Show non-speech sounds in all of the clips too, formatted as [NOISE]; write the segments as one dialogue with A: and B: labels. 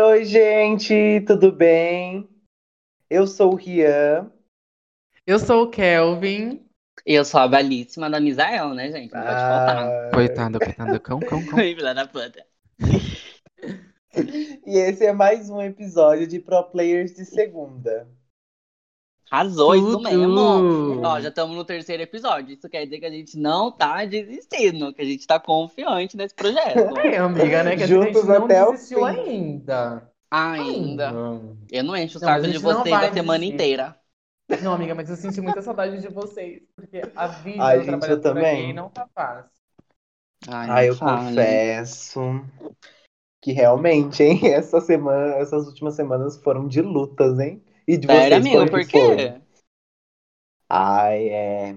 A: Oi, gente, tudo bem? Eu sou o Rian.
B: Eu sou o Kelvin.
C: E eu sou a belíssima da Misael, né, gente? Não pode faltar.
A: Ah,
C: [LAUGHS]
B: Coitado, coitado, cão, cão, cão.
C: Filha da puta.
A: [LAUGHS] e esse é mais um episódio de Pro Players de segunda.
C: Arrasou isso
B: Tudo.
C: mesmo. Ó, já estamos no terceiro episódio. Isso quer dizer que a gente não tá desistindo, que a gente tá confiante
A: [LAUGHS]
C: nesse projeto.
B: É, amiga, né? Que a
A: Juntos
B: gente não
A: até o
B: desistiu
A: fim.
B: ainda.
C: Ainda. Eu não encho o
B: Não,
C: saco
B: a gente
C: de
B: não
C: vocês
B: vai
C: a semana
B: desistir.
C: inteira.
B: Não, amiga, mas eu senti muita saudade de vocês. Porque a vida
A: Ai,
B: do
A: gente, eu
B: trabalhador
A: também.
B: gay não tá fácil.
A: Ah, eu
C: fala.
A: confesso que realmente, hein? [LAUGHS] Essa semana, essas últimas semanas foram de lutas, hein? E de
C: Sério,
A: vocês,
C: amigo,
A: como
C: por
A: que foi?
C: quê?
A: Ai, é.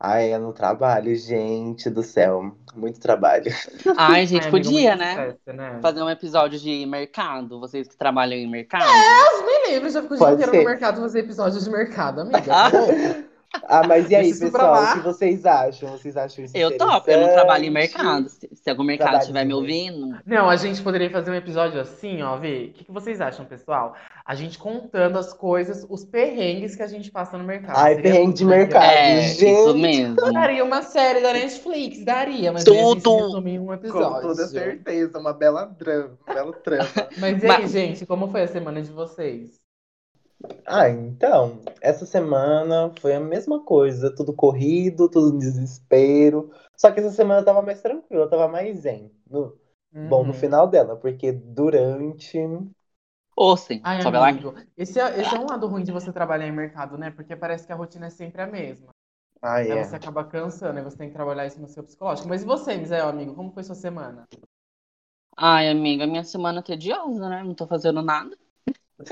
A: Ai, é no trabalho, gente do céu. Muito trabalho.
C: Ai, gente,
B: Ai, amiga,
C: podia,
B: muito
C: né?
B: sucesso, né?
C: Fazer um episódio de mercado, vocês que trabalham em mercado.
A: Ah,
B: Me livre, já fico o dia
A: Pode
B: inteiro
A: ser.
B: no mercado fazer episódios de mercado, amiga.
C: [LAUGHS] Ah.
A: Ah, mas e aí,
B: Deixa isso pra
A: pessoal,
B: lá.
A: o que vocês acham? Vocês acham isso
C: Eu topo, eu não trabalho em
A: interessante?
C: mercado. Se, se algum mercado
A: Trabalho
C: estiver me
A: em-
C: ouvindo,
B: Não, a gente poderia fazer um episódio assim, ó, Vê. O que, que vocês acham, pessoal? A gente contando as coisas, os perrengues que a gente passa no mercado.
A: Ai,
B: Seria
A: perrengue
B: muito
A: de
B: legal.
A: mercado.
C: é isso
A: gente.
C: mesmo.
B: Daria uma série da Netflix, daria, mas
C: Tudo.
B: aí a gente resume em um episódio.
A: Com toda certeza, uma bela drama, um belo trama.
B: Mas e aí,
C: Mas-
B: gente, como foi a semana de vocês?
A: [LAUGHS] ah, então, essa semana foi a mesma coisa, tudo corrido, tudo em desespero. Só que essa semana eu tava mais tranquila, eu tava mais zen. No- Bom, no
B: Uhum.
A: final dela, porque durante.
C: Ou sim,
B: Ai,
C: sobe lá.
B: amigo, esse é, esse é um lado ruim de você trabalhar em mercado, né? Porque parece que a rotina é sempre a mesma.
A: Ah,
B: Aí
A: é.
B: você acaba cansando, aí você tem que trabalhar isso no seu psicológico. Mas e você, Misael, amigo, como foi sua semana?
C: Ai, amiga, minha semana é tediosa, né? Não tô fazendo nada.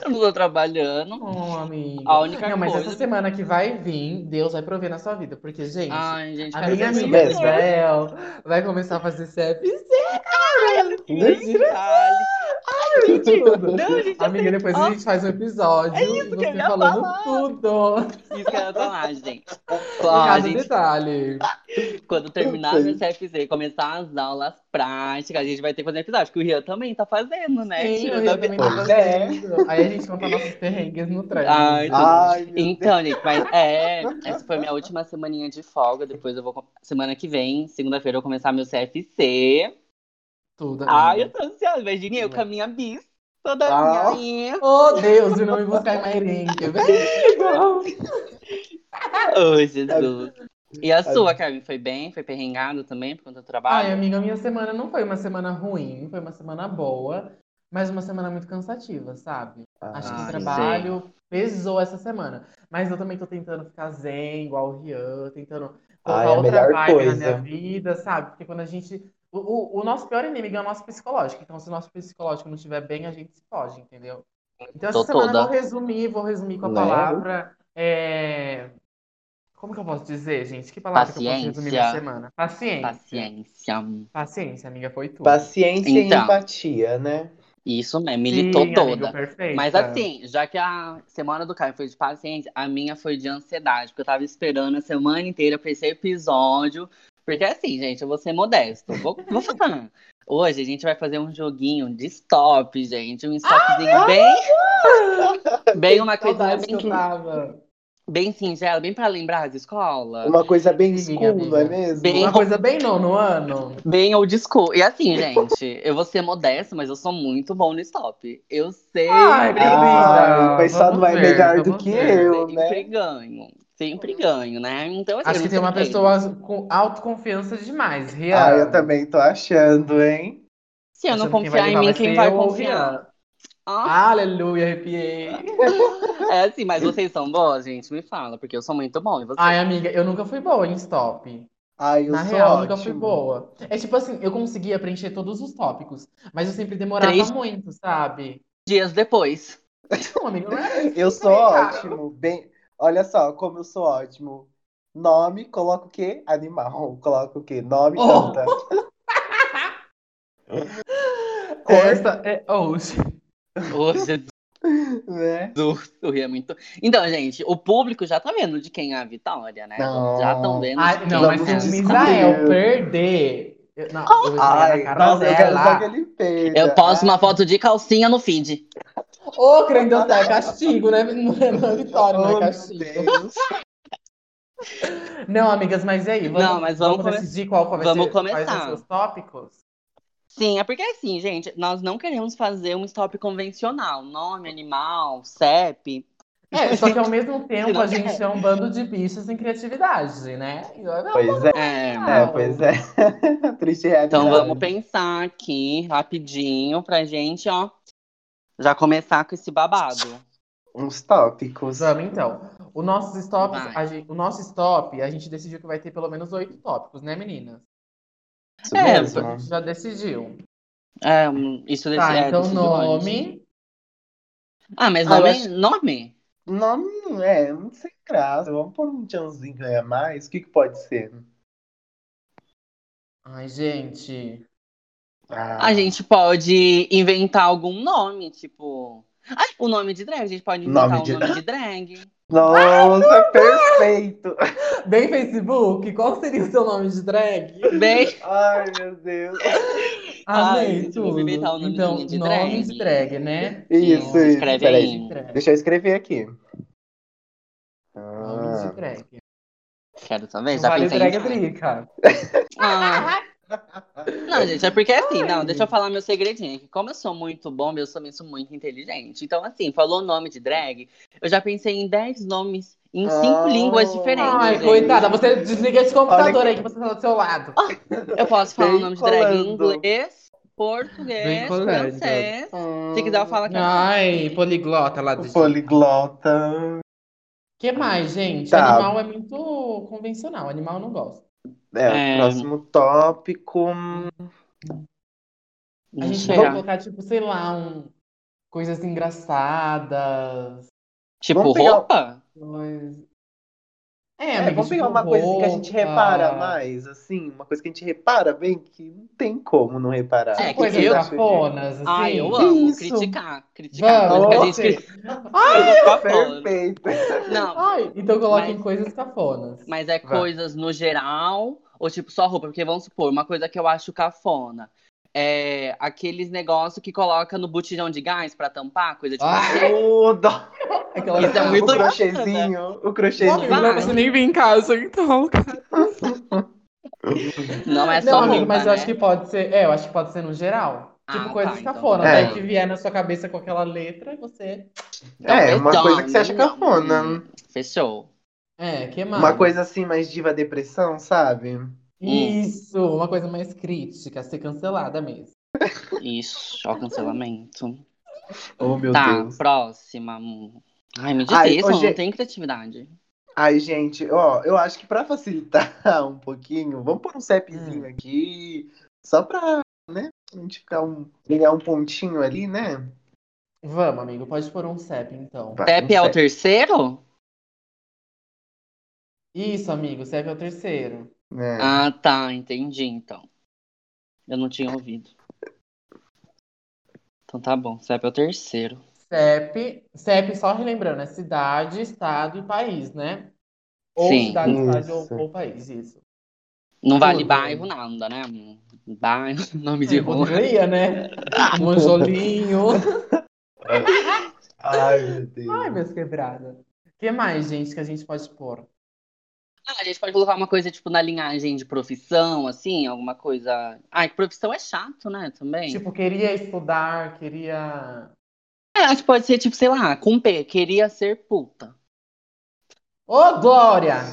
C: Eu não tô trabalhando.
B: Oh, amigo.
C: A única
B: Não, mas
C: coisa.
B: essa semana que vai vir, Deus vai prover na sua vida. Porque, gente,
C: Ai, gente,
B: a
C: quero
B: minha
C: ver
A: isso
B: amiga é né?
A: mesmo. né?
B: Misael vai começar a fazer CFC, cara!
A: Tudo.
C: Não, gente, eu
B: Amiga, depois a gente faz um episódio e
C: É que eu
B: você
C: ia
B: falando
C: falar.
B: tudo.
C: sei isso que ela tá lá, gente.
B: Cada
C: Ó, Ah, gente,
B: detalhe.
C: Tá quando terminar meu CFC e começar as aulas práticas, a gente vai ter que fazer um episódio, que o Rian também tá fazendo, né?
B: Sim, tá
C: Tira
B: eu
C: da-
B: também
A: Pois
B: tava
C: É.
B: vendo. Aí a gente conta nossos perrengues no trem.
C: Ai, tudo.
A: Ai, meu
C: Ah, Então, gente, mas é, essa foi minha última semaninha de folga. Depois eu vou. com- Semana que vem, segunda-feira, eu vou começar meu CFC.
B: tudo.
C: Ai, eu tô ansiosa. Imagina, eu com a minha bis. Toda
A: Ah.
C: minha.
B: Oh, Deus, o nome você é Mairim, quer ver?
C: Ai, Jesus. E a
A: Ai.
C: sua, Carmen, foi bem? Foi perrengado também por conta do
B: Ai,
C: trabalho?
B: amiga, minha semana não foi uma semana ruim, foi uma semana boa, mas uma semana muito cansativa, sabe? Acho que
C: Ah,
B: o
C: sei.
B: trabalho pesou essa semana. Mas eu também tô tentando ficar zen, igual o Rian, tentando colocar
A: Ai,
C: é
A: a
B: outra
A: melhor
B: vibe
A: coisa.
B: na minha vida, sabe? Porque quando a gente. O, o- o nosso pior inimigo é o nosso psicológico. Então, se o nosso psicológico não estiver bem, a gente se foge, entendeu? Então, essa
C: Tô
B: semana eu
C: toda.
B: vou resumir, vou resumir com a
A: Né?
B: palavra. é, Como que eu posso dizer, gente? Que palavra que eu posso resumir minha
C: Paciência.
B: semana? Paciência.
C: Paciência.
B: Paciência, amiga, foi tudo.
A: Paciência
C: Então.
A: e empatia, né?
C: Isso mesmo,
B: Sim,
C: militou
B: amiga,
C: toda.
B: perfeita.
C: Mas assim, já que a semana do Caio foi de paciência, a minha foi de ansiedade, porque eu tava esperando a semana inteira pra esse episódio. Porque assim, gente, eu vou ser modesto. Vou, vou falar. Hoje a gente vai fazer um joguinho de stop, gente. Um stopzinho bem. Bem uma coisinha
B: Saudades que
C: bem,
B: eu tava.
C: bem singela, bem pra lembrar as escolas.
A: Uma coisa bem
B: Sim,
A: school, não é
B: amiga.
A: mesmo?
C: Bem-
B: Uma coisa bem nono um ano.
C: Hum, Bem old school. E [LAUGHS] assim, gente, eu vou ser modesta, mas eu sou muito bom no stop. Eu sei.
B: Ai,
C: sempre
A: Ah,
B: Obrigada,
A: mas só
B: vamos
A: não é
B: ver,
A: melhor do
B: vamos
A: que
B: ver.
A: eu, né?
C: Sempre ganho. Sempre ganho, né? Então, assim,
B: Acho
C: eu
B: que
C: não
B: tem uma
C: sei.
B: pessoa com autoconfiança demais, Rian.
A: Ah, eu também tô achando, hein?
C: Se eu
B: Achando
C: não
B: que
C: confiar em
B: levar
C: mim,
B: vai
C: quem
B: ser
C: vai
B: eu né? ou
C: confiar?
B: Rian.
C: Ah,
B: Aleluia, arrepiei. Ah.
C: é assim, mas vocês são boas, gente? Me fala, porque eu sou muito bom. E vocês?
B: Ai, amiga, eu nunca fui boa em stop.
A: Ai, eu
B: Na
A: sou
B: real, eu
A: ótimo.
B: nunca fui boa. É tipo assim, eu conseguia preencher todos os tópicos, mas eu sempre demorava
C: Três-
B: muito, sabe?
C: Dias depois. [LAUGHS]
B: Não, amigo,
A: [LAUGHS]
B: não é assim era
A: Eu sou
B: Obrigada.
A: ótimo. Bem, olha só como eu sou ótimo. Nome, coloca o quê? Animal. Coloca o quê? Nome,
B: Oh.
A: planta.
B: [LAUGHS] Essa é hoje.
C: Hoje,
A: Né?
C: eu ria muito. Então, gente, o público já tá vendo de quem é a vitória, né?
A: Não.
C: Já estão vendo.
B: Ai,
C: de
B: não,
C: quem
B: mas
A: Vamos
C: é a
B: se o
A: descobrir.
C: vitória.
B: Misael perder, Eu, não, eu esfreguei na cara
A: nossa, eu quero
B: dela.
A: só que ele peida.
C: Eu posto
A: Ai.
C: uma foto de calcinha no feed.
B: Ô, Crendel, é castigo, né? Não é, não é vitória, não
A: Oh,
B: é
A: meu
B: castigo.
A: Deus.
B: Não, amigas, mas e aí? Vamos,
C: Não, mas vamos come-
B: decidir qual vai
C: vamos
B: ser, quais
C: começar.
B: são os seus
C: [LAUGHS]
B: tópicos?
C: Sim, é porque assim, gente, nós não queremos fazer um stop convencional. Nome, animal, CEP.
B: É, só que ao mesmo tempo a
C: não
B: gente é um bando de bichos em criatividade, né? E eu- não,
A: Pois é,
C: É.
A: é, pois é. [LAUGHS] Triste realidade.
C: Então vamos pensar aqui rapidinho pra gente, ó, já começar com esse babado.
A: Uns tópicos.
B: Vamos então. O nosso stop,
C: Vai.
B: a gente- o nosso stop, a gente decidiu que vai ter pelo menos oito tópicos, né, meninas?
A: Isso
C: É,
A: mesmo.
B: A gente já decidiu.
C: É, hum, isso desse,
B: Tá,
C: é,
B: então
C: decidiu antes.
B: nome.
C: Ah, mas
A: Ah, eu
C: nome,
A: acho-
C: nome?
A: Não, é, muito sem graça. Vamos pôr um tchãozinho aí a mais. O que, que pode ser?
B: Ai, gente.
A: Ah,
B: Tá.
C: A gente pode inventar algum nome, tipo. Ah, o nome de drag, a gente pode inventar
A: Nome
C: um
A: de
B: [LAUGHS]
C: nome de drag.
A: Nossa, perfeito!
B: Bem, Facebook, qual seria o seu nome de drag?
C: Bem,
A: Ai, meu Deus.
C: Ai,
B: Ah, Amei
C: gente,
B: tudo.
C: vamos inventar o nome
B: então,
C: de
B: nome
C: drag.
B: de drag, né?
A: Isso, isso.
C: se escreve
A: Peraí.
C: aí.
B: Drag.
A: Deixa eu escrever aqui.
B: Nome de
A: Ah,
B: drag.
C: quero também,
B: Não
C: já
B: vale
C: pensei
B: drag
C: tá
B: é
C: em vários.
B: brica.
C: Ah. Não, gente, é porque é assim, não, deixa eu falar meu segredinho aqui. Como eu sou muito bom, eu sou mesmo muito inteligente. Então, assim, falou nome de drag, eu já pensei em 10 nomes em cinco
A: Ah.
C: línguas diferentes.
B: Ai,
C: gente.
B: coitada, você desliga esse computador
A: Olha
B: aí que você tá do seu lado.
C: Eu posso falar o nome de drag em
A: colando.
C: inglês, português,
B: Bem colando. Ah,
C: francês.
A: Hum,
C: Se quiser, eu falo que
B: Ai, poliglota lá do
A: o poliglota.
B: que mais, gente?
A: Tá.
B: Animal é muito convencional, animal eu não gosto.
A: É,
C: É.
A: o próximo tópico.
B: A gente vai colocar, tipo, sei lá, um... coisas engraçadas.
C: Tipo,
A: Vamos pegar-
C: roupa?
B: coisas- É,
A: É,
B: amiga,
A: vamos pegar
B: tipo,
A: uma coisa que a gente
B: roupa.
A: repara mais, assim, uma coisa que a gente repara bem, que não tem como não reparar.
C: É,
A: Vocês
C: que
B: Coisas
C: eu-
A: acham
B: cafonas, assim.
C: Ai, eu amo
A: isso?
C: criticar. Criticar
B: Vamos,
C: coisa que a gente
A: você.
C: critica.
B: Ai,
A: disso? [LAUGHS]
C: Cafona.
A: Perfeito.
C: Não,
B: ai, então coloquem
C: Mas-
B: coisas cafonas.
C: mas é
A: Vai.
C: coisas no geral, ou tipo, só roupa. Porque vamos supor, uma coisa que eu acho cafona. É aqueles negócios que coloca no botijão de gás pra tampar, coisa tipo.
B: Ah,
A: O, dó-
B: Aquela
C: Isso é
B: Ah,
A: o
C: muito-
A: crochêzinho, o crochêzinho.
C: Vamos lá. vai.
B: nem vir em casa, então.
C: Não é só
B: Não,
C: roupa.
B: amigo, mas eu
C: né?
B: acho que pode ser. É, eu acho que pode ser no geral.
C: Ah,
B: Tipo
C: tá,
B: coisas
C: então.
B: cafonas,
A: É.
B: né? Que vier na sua cabeça com aquela letra, você.
A: É, uma
C: Então,
A: coisa que você acha
C: não.
A: cafona.
C: Hum, Fechou.
B: É, que mais?
A: Uma coisa assim, mais diva depressão, sabe?
B: Isso, uma coisa mais crítica, ser cancelada mesmo.
C: Isso, ó, cancelamento.
A: Oh, meu
C: tá,
A: Deus.
C: próxima. Hum. Ai, me
A: Ai,
C: diz
A: ô,
C: isso, não
B: é
A: gente-
C: tem criatividade.
A: Ai, gente, ó, eu acho que pra facilitar [LAUGHS] um pouquinho, vamos pôr um
B: Hum.
A: CEPzinho aqui, só pra, né, a gente ficar um, ganhar um pontinho ali, né?
B: Vamos, amigo, pode pôr um CEP, então.
A: Vai,
C: Pepe
A: um
C: é o
A: CEP.
C: terceiro?
B: Isso, amigo, CEP é o terceiro.
A: né?
C: Ah, tá, entendi então. Eu não tinha ouvido. Então tá bom, CEP é o terceiro.
B: CEP, CEP, só relembrando, é cidade, estado e país, né? Ou
C: Sim.
B: cidade, estado ou-
A: Isso.
B: ou, país, isso.
C: Não vale
B: Tudo.
C: bairro, nada, né? Bairro, [LAUGHS] nome de
B: É,
C: rua.
B: poderia,
C: [LAUGHS]
B: né? Monjolinho.
A: Ai, meu Deus.
B: Ai, meus quebrados. O que mais, gente, que a gente pode pôr?
C: Ah, a gente pode colocar uma coisa, tipo, na linhagem de profissão, assim, alguma coisa. Ai, profissão é chato, né? Também.
B: Tipo, queria estudar, queria.
C: É, acho que pode ser, tipo, sei lá, com P, queria ser puta.
B: Ô, Glória!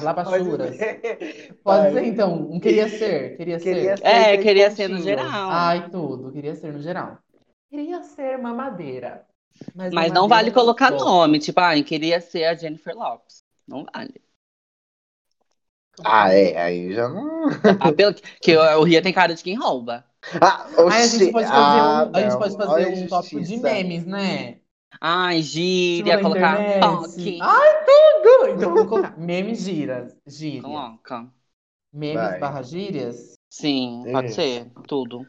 A: [LAUGHS]
B: Labachuras.
A: ser. Vai.
B: Pode ser, então. Um queria ser, queria
A: Queria
B: ser.
A: ser
C: É,
A: seis
C: queria ser no
A: pontinhos.
C: geral.
B: Ai, tudo. Queria ser no geral. Queria ser mamadeira. Mas,
C: Mas não
B: mamadeira
C: vale
B: é
C: colocar
B: sou.
C: nome, tipo, ah, eu queria ser a Jennifer Lopes. Não vale.
A: Ah, é, aí já não.
C: Ah, pelo que, que o Ria tem cara de quem rouba.
A: Ah,
B: Ai, a gente
A: oxi.
B: pode fazer
A: Ah,
B: um, a gente
A: não.
B: pode fazer
A: Olha a
B: um tópico de
A: injustiça.
B: memes, né?
C: Ai,
B: Tipo,
C: gíria,
B: na
C: colocar
B: internet.
C: toque.
B: Ai, tudo! Então, vamos colocar memes gírias. Gírias.
C: Coloca.
B: Memes
A: Vai.
B: barra gírias.
C: Sim, pode
A: Isso.
C: ser. Tudo.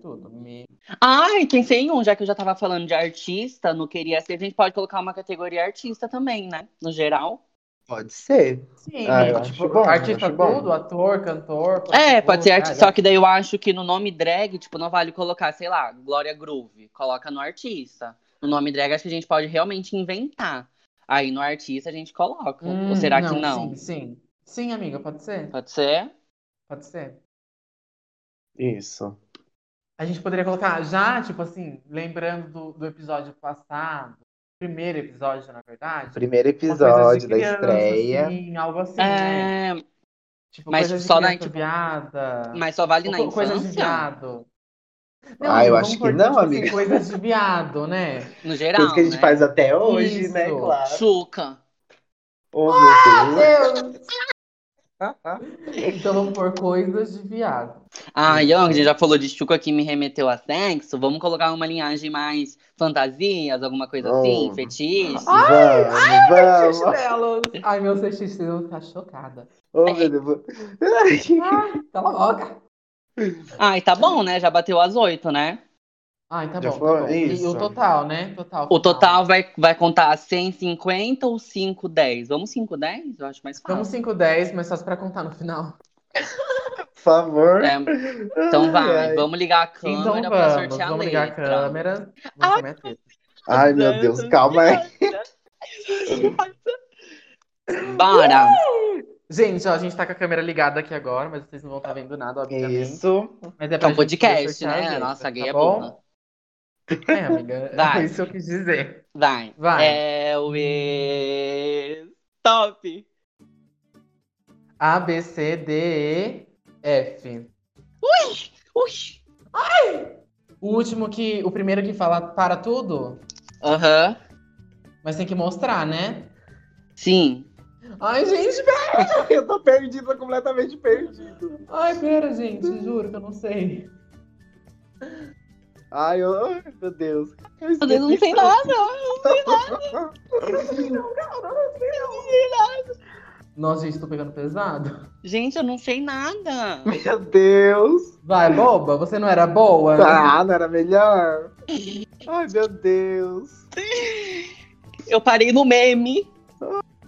B: Tudo. Me...
C: Ai, pensei em um, já que eu já tava falando de artista, não queria ser. A gente pode colocar uma categoria artista também, né? No geral.
A: Pode ser.
B: Sim,
A: Ah, eu
B: tipo,
A: acho bom, eu
B: artista
A: acho bom.
B: tudo, ator, cantor.
C: É,
B: produtor,
C: pode ser artista.
B: cara.
C: Só que daí eu acho que no nome drag, tipo, não vale colocar, sei lá, Glória Groove. Coloca no artista. No nome drag, acho que a gente pode realmente inventar. Aí no artista a gente coloca.
B: Hum,
C: Ou será que não?
B: Sim, sim. Sim, amiga, pode ser?
C: Pode ser?
B: Pode ser.
A: Isso.
B: A gente poderia colocar já, tipo assim, lembrando do, do episódio passado, primeiro episódio, na verdade.
A: Primeiro
B: uma coisa de
A: episódio da
B: criança,
A: estreia.
B: assim, algo assim, né?
C: É,
B: Tipo,
C: mas
B: coisas de
C: só na-
B: criança
C: tipo,
B: viada.
C: mas só vale
B: é. Ou
C: na
B: co- coisas de
C: infância?
B: viado.
A: Ah, eu
B: amigo,
A: acho
B: vamos
A: que
B: pôr,
A: não,
B: tipo assim,
A: amiga.
B: coisas de viado, né?
C: No
A: Coisa
C: geral,
A: que a gente
C: né?
A: faz até hoje,
B: Isso.
A: né? Claro.
C: Chuca.
A: Oh, meu Deus.
B: Então vamos pôr coisas de viado.
C: Ah, Young, a gente já falou de Chuca que me remeteu a sexo. Vamos colocar uma linhagem mais fantasias, alguma coisa assim,
A: Oh.
C: fetiche.
A: Vamos, vamos.
B: Chinelos. Ai, meu sextista, eu vou
A: [LAUGHS]
B: ficar chocada.
A: Oh, meu Deus. Ai,
B: Ai, tá cala a boca.
C: Ai, tá bom, né? Já bateu as oito, né?
B: Ai, tá
A: Já
B: bom, tá
A: foi?
B: bom. E- E
A: Isso.
B: o total, né? Total,
C: O total vai, vai contar 150 ou 510? Vamos 510? Eu acho mais
B: Vamos
C: fácil.
B: 5, 10, mas só pra contar no final.
A: Por favor.
C: É, então vai,
A: Ai, ai.
C: vamos ligar a câmera
B: Então
C: pra
B: vamos,
C: sortear a
B: vamos
C: letra.
B: ligar a câmera. Vamos comer a treta.
A: Ai, meu Deus, calma aí.
C: Bora!
B: Gente, ó, a gente tá com a câmera ligada aqui agora, mas vocês não vão estar vendo nada, obviamente.
A: Isso.
B: Mas é
C: É
B: pra
C: um
B: gente
C: podcast,
B: sortear as
C: né?
B: letras,
C: Nossa, gay
B: tá
C: é
B: bom?
C: burra.
B: É, amiga,
C: Vai.
B: é isso que eu quis dizer.
C: Vai.
B: Vai.
C: É o ex- Top!
B: A, B, C, D, E, F.
C: Ui!
B: O último que. O primeiro que fala para tudo,
C: Aham.
B: mas tem que mostrar, né?
C: Sim.
B: Ai, gente,
A: [LAUGHS]
B: pera-
A: Eu tô perdida, completamente perdido.
B: ai, pera, gente, juro que eu não sei.
A: Ai, eu... ai, meu Deus. Eu
C: Meu Deus, eu não sei nada. eu
B: Nossa, gente, tô pegando pesado.
C: não- Gente, eu não sei nada.
A: Meu Deus.
B: Vai, boba, você não era boa?
C: Tá.
A: Ah, não era melhor? Ai, meu Deus.
C: Eu parei no meme.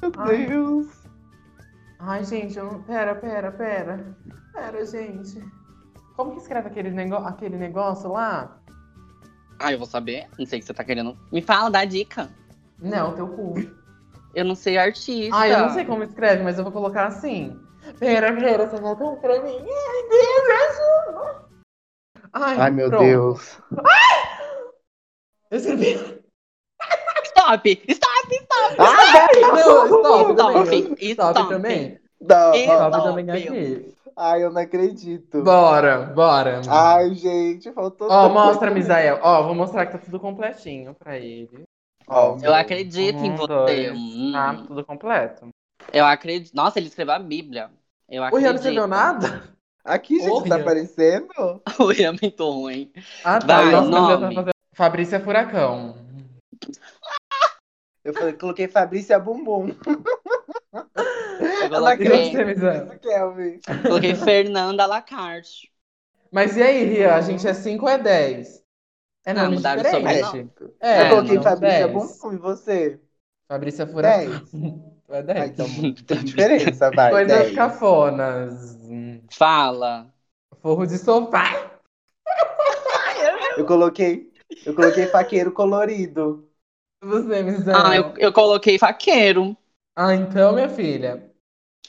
A: Meu
B: Ai.
A: Deus.
B: Ai, gente, eu não... pera, pera, pera. Pera, gente. Como que escreve aquele, nego... aquele negócio lá?
C: Ah, eu vou saber. Não sei o que você tá querendo. Me fala, dá dica.
B: Não, teu cu.
C: Eu não sei artista.
B: Ai, Ah, eu não sei como escreve, mas eu vou colocar assim. Pera, pera, você volta pra mim. Ai, Deus, me ajuda. Ai,
A: Ai, meu
B: pronto.
A: Deus.
B: Eu escrevi.
C: [LAUGHS] Stop! Stop! [LAUGHS]
A: Ah,
B: Não, stop também.
C: Stop!
B: Stop é também.
A: não.
C: Stop.
B: Stop também aqui.
A: Ai, eu não acredito.
B: Bora, bora.
A: Ai, gente, faltou.
B: Ó,
A: tanta
B: mostra,
A: coisa.
B: Misael. Ó, vou mostrar que tá tudo completinho pra ele.
A: Ó,
C: Eu acredito em
B: Um,
C: você.
B: dois,
C: Hum,
B: Tá, tudo completo.
C: Eu acredito. Nossa, ele escreveu a Bíblia. Eu
B: O Rian
C: acredito.
B: não escreveu nada?
A: Aqui, gente,
B: Olha.
A: tá aparecendo?
C: [LAUGHS] O um, Ian muito ruim.
B: Ah,
C: Vai,
B: Nossa,
C: nome.
B: eu tava fazendo- Fabrícia Furacão.
A: Eu falei, coloquei Fabrícia Bumbum.
C: Eu
A: Ela
B: E você,
C: coloquei,
B: Misa?
A: Kelvin.
C: coloquei Fernanda Lacarte.
B: Mas e aí, Rian? A gente é 5 ou é 10? É
C: Ah,
B: nome
C: mudaram o
B: diferente.
C: sobrenome.
B: É,
A: eu coloquei
B: não,
A: Fabrícia
B: 10.
A: Bumbum e você?
B: Fabrícia Furacão.
A: 10.
B: Tu É
A: Ah,
B: 10. [LAUGHS]
A: então, tem diferença, vai.
B: Coisas
A: 10.
B: cafonas. Hum,
C: Fala.
B: Forro de sofá.
A: Eu coloquei, eu coloquei faqueiro colorido.
B: Você, Misa.
C: Ah, eu, eu coloquei faqueiro.
B: Ah, então, minha filha.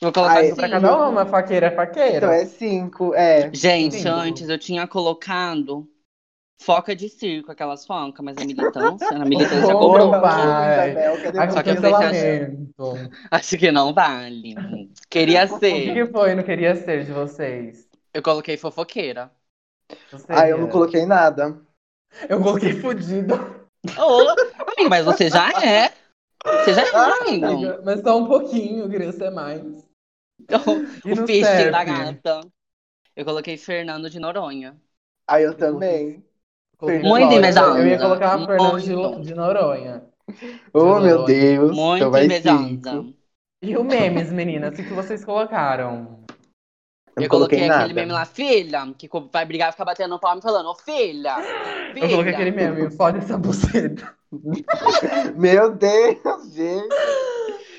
C: Vou colocar
A: Ai,
C: cinco
B: Pra
C: pra
A: Sim.
B: cada uma, faqueira é faqueira.
A: Então é 5, é.
C: Gente,
B: Sim.
C: antes eu tinha colocado foca de circo, aquelas focas, mas a militância, a militância
B: Ô,
C: cobrou.
B: meu pai.
A: Isabel, cadê
B: Aqui
C: é Só
A: você?
C: que eu sei que a gente-
B: cancelamento.
C: Acho que não vale. Queria
B: O que,
C: ser.
B: que foi não queria ser de vocês?
C: Eu coloquei fofoqueira.
B: Você,
A: Ah, eu não
B: Rian.
A: coloquei nada.
B: Eu coloquei fudido.
C: Ô, amigo, mas você já é. Você já é, amigo.
B: Ah, Amiga, mas só um pouquinho, eu queria ser mais. E
C: Então, O
B: no
C: piercing
B: surf?
C: da gata. Eu coloquei Fernando de Noronha.
A: Ah, eu também.
B: Coloquei
A: Muito
B: Noronha.
C: medalha.
B: Eu ia colocar a Fernanda
C: Muito.
B: de, de Noronha.
A: Oh, meu
B: Muito
A: Deus. Então
C: Muito
A: vai
C: invejada.
A: 5.
B: E o memes, meninas, o que vocês colocaram?
A: Eu
C: Eu,
A: não
C: coloquei
A: coloquei nada.
C: aquele meme lá, filha, que co- vai brigar, fica batendo no palmo e falando, ô filha, filha.
B: Eu coloquei aquele meme, foda essa buceta.
A: Meu Deus, gente.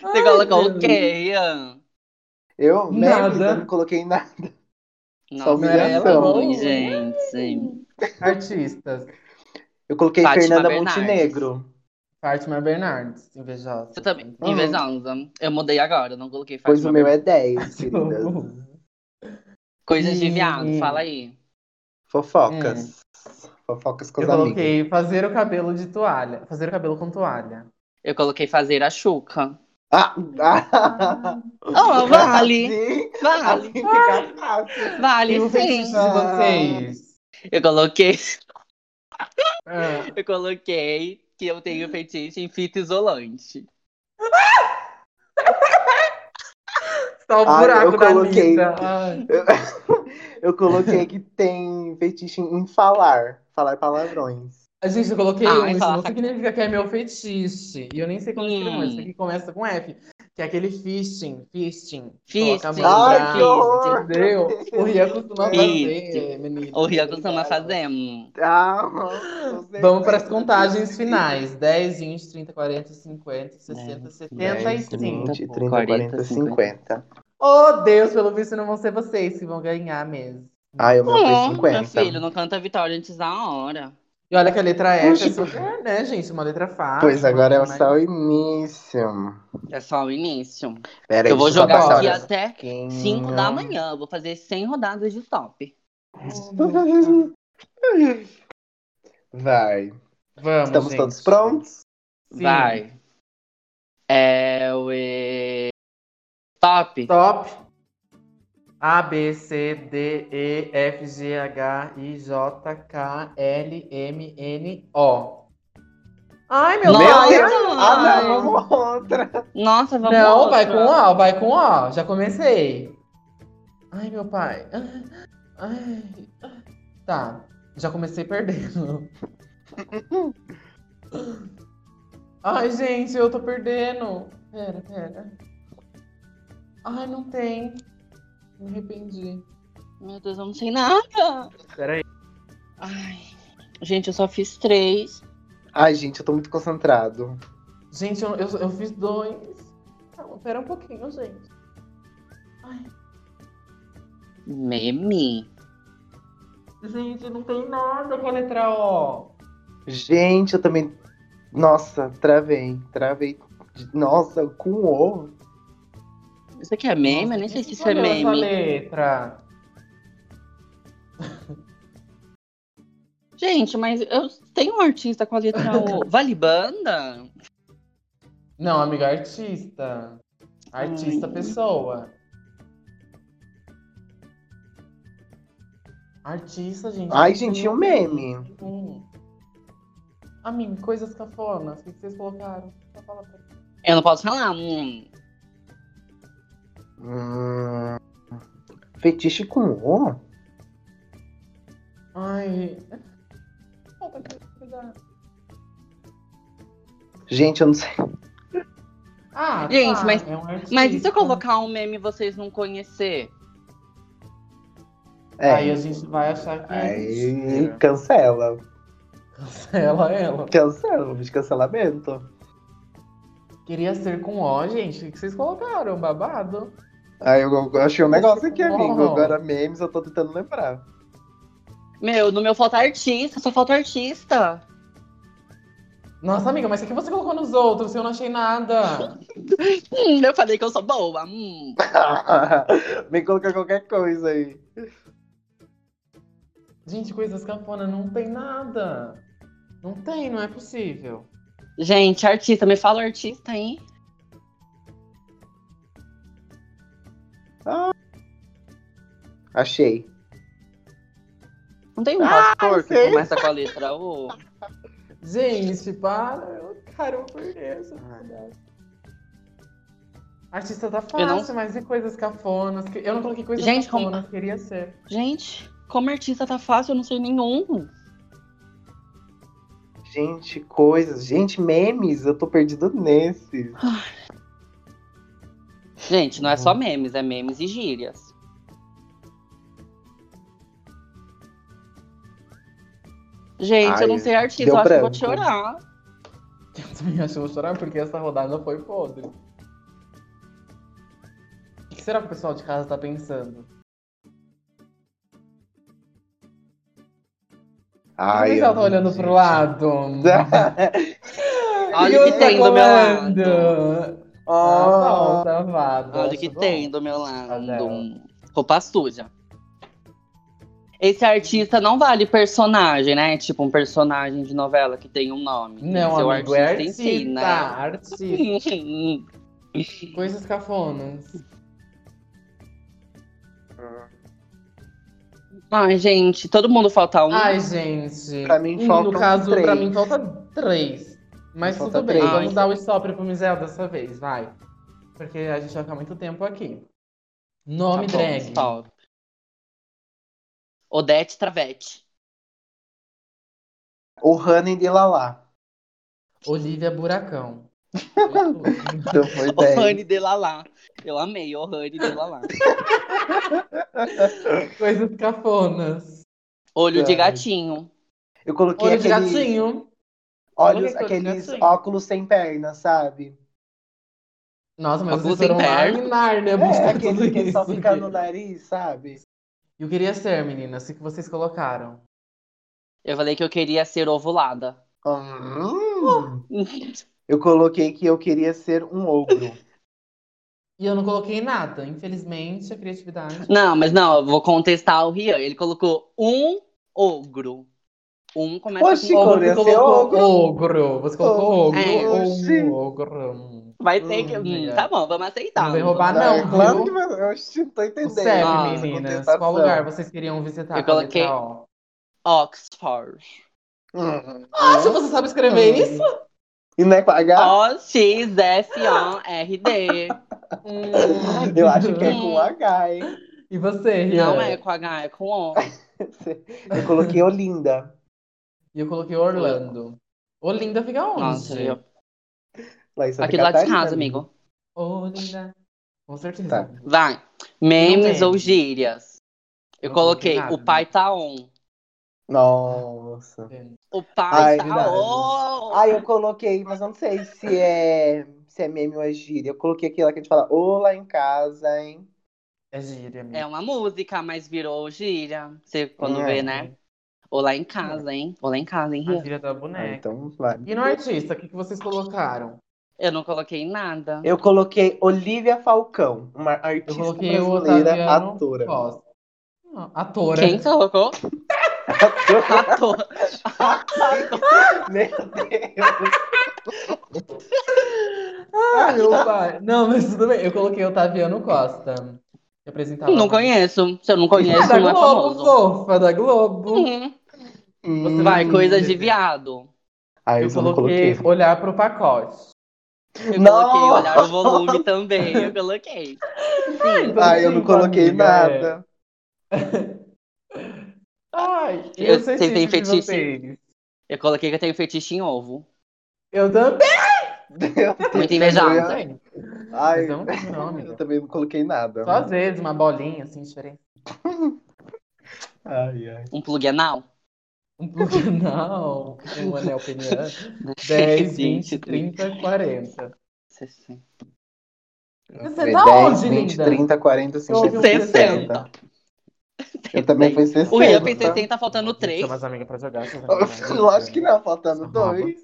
C: Você ah". colocou o quê, Ian?
A: Eu,
D: Nada.
A: memes, eu não coloquei nada. Só
C: Nossa, é
A: humilhação.
C: ruim, gente.
B: Artistas.
A: Eu coloquei
C: Fátima
A: Fernanda
C: Bernardes.
A: Montenegro.
B: Fátima Bernardes, invejosa.
C: Você também.
A: Uhum.
C: Invejosa. Eu mudei agora, eu não coloquei
A: Pois
C: Fátima.
A: o meu é 10, queridas.
C: Coisas de
B: Hum,
C: viado,
B: hum.
C: fala aí.
A: Fofocas. Fofocas com os
B: É. Eu
A: amigos.
B: coloquei fazer o cabelo de toalha. Fazer o cabelo com toalha.
C: Eu coloquei fazer a chuca.
A: Ah, ah,
C: [LAUGHS] Oh, vale,
A: Assim,
C: vale,
A: [LAUGHS] assim fica fácil.
C: vale,
A: um
B: o um feitiço
C: sim.
B: de vocês.
C: Eu coloquei, [LAUGHS]
B: Ah,
C: eu coloquei que eu tenho
A: Hum.
C: fetiche em fita isolante.
B: só o
A: Ai,
B: buraco
A: eu
B: da
A: coloquei.
B: Anitta. Ai.
A: Eu coloquei que tem fetiche em falar. Falar palavrões.
B: Ah, Gente, eu coloquei
C: Ai,
B: um, isso
C: fala,
B: não
C: saca-
B: significa que é meu fetiche. E eu nem sei como
C: Hum.
B: escrever, mas isso aqui começa com F. Que é aquele fisting, fisting. Coloca a
C: Fisting.
B: mão
A: Ai,
B: pra-
A: que horror!
B: Entendeu? O Ria costuma fazer,
C: Fisting.
B: menina.
C: O Ria costuma fazer. hum.
A: Ah,
B: Vamos para as contagens finais. 10, 20, 30, 40,
A: É,
B: 50, 60, 75.
A: 20, 30, 40,
C: 40,
A: 50.
B: Oh, Deus, pelo visto não vão ser vocês que vão ganhar mesmo.
A: Ai, o meu
C: Hum,
A: foi
C: meu
A: 50.
C: filho, não canta a vitória antes da hora.
B: E olha que a letra F é
A: Oxi.
B: super, né, gente? Uma letra fácil.
A: Pois agora é
C: né?
B: mas-
A: só o início.
C: É só o início.
A: Pera aí,
C: Eu vou
A: deixa
C: jogar
A: passar Hum.
C: aqui
A: o
C: até 5 da manhã. Eu Vou fazer 100 rodadas de top.
A: é Vai.
B: Vamos,
A: Estamos
B: gente.
A: todos prontos?
B: Sim.
C: Vai. É o e- top.
B: Top. A, B, C, D, E, F, G, H, I, J, K, L, M, N, O. Ai, meu
C: Nossa!
B: pai!
A: Ah,
B: ai.
A: não, vamos outra.
C: Nossa, vamos
B: Não,
C: outra.
B: vai com um O, vai com O. Já comecei. Ai, meu pai. Ai. Tá, já comecei perdendo. [LAUGHS] Ai, gente, eu tô perdendo. Pera, pera. Ai, não tem. Me arrependi.
C: Meu Deus, eu não sei nada.
B: Peraí.
C: Ai. Gente, eu só fiz três.
A: Ai, gente, eu tô muito concentrado.
B: Gente, eu, eu, eu fiz dois. Calma, pera um pouquinho, gente. Ai,
C: Meme.
B: gente, não tem nada com a letra O.
A: Gente, eu também. Nossa, travei. Travei. Nossa, com o.
C: Isso aqui é meme? eu nem sei se isso é
B: Essa
C: meme.
B: letra.
C: Gente, mas eu tenho um artista com a
B: [LAUGHS]
C: letra O. Vale banda?
B: Não, amiga, artista. Artista,
C: Ai.
B: pessoa. Artista, gente. é
A: Ai,
B: não
A: gente,
B: tem
A: um meme.
B: nenhum. Amigo, coisas cafonas. O que vocês colocaram? Só fala pra mim.
C: Eu não posso falar. hum.
A: Hum... Fetiche com o?
B: Ai. Falta criatividade.
A: Gente, eu não sei.
B: Ah,
C: Gente,
B: tá,
C: mas-
B: é um
C: Mas e se
B: artista.
C: eu colocar um meme e vocês não conhecer?
A: É.
B: Aí a gente vai achar que. é
A: Aí,
B: mentira.
A: cancela.
B: Cancela ela.
A: Cancela, vamos de cancelamento.
B: Queria ser com O, gente. O que vocês colocaram? Babado.
A: Ai, eu, eu achei um negócio aqui, amigo.
B: Bom.
A: Agora memes, eu tô tentando lembrar. [LAUGHS]
C: Meu, no meu falta artista, só falta artista.
B: Nossa, amiga, mas o que você colocou nos outros? Eu não achei nada.
C: Hum, eu falei que eu sou boa. hum.
A: Vem colocar qualquer coisa aí.
B: Gente, coisas cafona, não tem nada. Não tem, não é possível.
C: Gente, artista, me fala o artista aí.
A: Achei.
C: Não tem um
A: Ah,
C: pastor que
A: sei.
C: começa com a letra O.
B: Gente, para. Eu, cara, eu vou perder essa oportunidade. Artista tá fácil,
C: Eu não-
B: mas e coisas cafonas? Que- Eu não coloquei coisas
C: Gente, como-
B: cafonas, queria
C: [LAUGHS]
B: ser.
C: Gente, como artista tá fácil, eu não sei nenhum.
A: Gente, coisas. Gente, memes, eu tô perdido nesses.
C: Gente, não é
B: Uhum.
C: só memes, é memes e gírias. Gente, eu não
A: Ai,
C: sei artista,
A: deu
C: eu acho que eu vou
A: branco.
C: chorar.
B: Eu também acho que eu vou chorar porque essa rodada foi podre. que será que o pessoal de casa tá pensando? Por que
A: Ai, É.
B: que ela tá
A: amo,
B: olhando
A: gente.
B: pro lado?
A: [LAUGHS]
C: [LAUGHS]
B: tá
C: Olha o que tem do meu lado.
B: [LAUGHS] Ah,
A: Ah,
B: tá amado.
C: Olha o que
B: Tá bom. Tá
C: tem do meu
B: Adela.
C: lado. Roupa suja. Esse artista não vale personagem, né? Tipo um personagem de novela que tem um nome. Tem
B: Não,
C: que ser o
B: amigo, é
C: em
B: artista.
C: si, né?
B: Artista. Coisas cafonas.
C: [LAUGHS] Ai, gente, todo mundo falta um.
B: Ai, gente.
A: Pra mim
B: Hum,
A: faltam
B: No caso, pra
A: três.
B: mim falta três. Mas
A: Falta
B: tudo bem,
A: três.
B: vamos dar o stop pro Mizel dessa vez, vai. Porque a gente vai ficar muito tempo aqui. Nome
C: Tá bom,
B: drag.
C: stop. Odete
B: [LAUGHS]
C: Travete.
A: o Honey de Lala.
B: Olivia Buracão.
A: [LAUGHS] Então
B: [LAUGHS]
A: foi dez.
C: Ohane de Lalá. Eu amei Ohane de Lalá.
B: Coisas cafonas.
C: Olho de
A: Ai.
C: gatinho.
A: Eu coloquei
B: Olho de
A: aqueles
B: gatinho.
A: olhos,
B: Coloquei olho de
A: aqueles
B: gatinho.
A: óculos sem perna, sabe?
B: Nossa, mas
C: Óculos
B: vocês foram
C: em
B: lá
C: pé.
B: em Nárnia
A: É,
B: buscar tudo
A: aquele que
B: isso.
A: só fica no nariz, sabe?
B: Eu queria ser, meninas, o que vocês colocaram.
C: Eu falei que eu queria ser ovulada. [LAUGHS]
A: Hum. Eu coloquei que eu queria ser um ogro.
B: E eu não coloquei nada, infelizmente, a criatividade.
C: Não, mas não, eu vou contestar o Rian. Ele colocou um ogro. Um começa
A: Oxi,
C: com
A: Igor,
C: ogro.
A: ia
B: você
A: ser
B: colocou ogro. Você colocou ogro.
C: É.
A: Oxi.
B: Ou um ogro.
C: Vai ter que.
B: Hum,
C: hum,
B: é.
C: tá bom, vamos aceitar.
B: Não vem roubar,
A: Tá,
B: Ah, não,
A: claro
B: viu?
A: que não, eu acho que não tô entendendo.
B: Sério,
A: essa
C: Ah,
B: meninas,
A: contestação.
B: qual lugar vocês queriam visitar?
C: Eu
B: com a
C: coloquei-
B: letra O?
C: Oxford.
A: Hum.
B: Ah, se você sabe escrever
A: Hum.
B: isso?
A: E não é com H?
B: [LAUGHS]
C: O-X-F-O-R-D.
B: Hum.
A: Eu acho que é com H, hein? [LAUGHS]
B: [LAUGHS] E você, Rian?
C: Não é com H, é com O.
A: Eu coloquei Olinda.
B: E eu coloquei Orlando. Olinda fica onde?
C: Nossa, eu...
A: Lá em Santa
C: aqui do lado de
A: Catarina,
C: casa, amigo.
B: Olinda. Com certeza.
A: Tá.
C: Vai.
B: Não
C: Memes
B: meme.
C: ou gírias? Eu
B: Não
C: coloquei
B: coloquei nada,
C: o pai tá on.
A: Nossa.
C: O pai
A: Ai,
C: tá
A: verdade.
C: on.
A: Ah, eu coloquei, mas eu não sei se é, se é meme ou é gíria. Eu coloquei aquela que a gente fala, ô lá em casa, hein?
B: É gíria, amiga.
C: É uma música, mas virou gíria. Você quando
A: É.
C: vê, né? Ou lá em casa, hein? Ou lá em casa, hein,
B: A
C: Rian?
B: gíria da
A: Ah,
B: boneca.
A: então vai.
B: Né? E é no artista, o que, que vocês colocaram?
C: Eu não coloquei nada.
A: Eu coloquei Olivia Falcão, uma artista
B: Eu coloquei o
A: brasileira,
B: Otaviano
A: atora.
B: Costa. Ah, atora.
C: Quem colocou?
A: [LAUGHS]
C: Tá Ator.
A: Meu Deus.
B: Ah, meu pai. Não, mas tudo bem. Eu coloquei Otaviano Costa. que Apresentava
C: Não conheço. Se eu não conheço,
B: Da
A: Tá
C: não é
B: Globo,
C: famoso.
B: fofa, da Globo.
C: Uhum. Vai,
A: Hum.
C: coisa de viado.
A: Ah,
B: Eu
A: isso eu não coloquei.
B: coloquei olhar pro pacote.
C: Eu
A: Não!
C: coloquei olhar o volume também. Eu coloquei. Sim.
A: Ah, eu não coloquei
B: Amiga, é.
A: nada. [LAUGHS]
B: Ai,
C: Eu-
B: eu sei
C: vocês têm
B: se de
C: fetiche?
B: vocês.
C: Eu coloquei que eu tenho fetiche em ovo.
B: Eu também.
A: Meu Deus.
C: Muito invejada.
B: Também.
A: Ai,
B: Mas é eu não tenho não, amiga.
A: eu também não coloquei nada.
B: né? Só às vezes, uma bolinha assim, diferente.
A: Ai, ai.
C: Um plug anal.
B: Um plug [LAUGHS] não, um anel
C: [LAUGHS]
B: peniano. 10, 20, 30, 40.
C: 60.
B: Você tá
A: 10,
B: onde,
A: 20,
B: linda? um
A: 30, 40, 50,
B: 60.
A: 60. Eu também fui 60.
C: O Rian tem
A: tá.
C: 60, tá faltando
B: Tem
C: 3.
B: umas amigas pra jogar. essas amigas.
A: Lógico que não, faltando dois.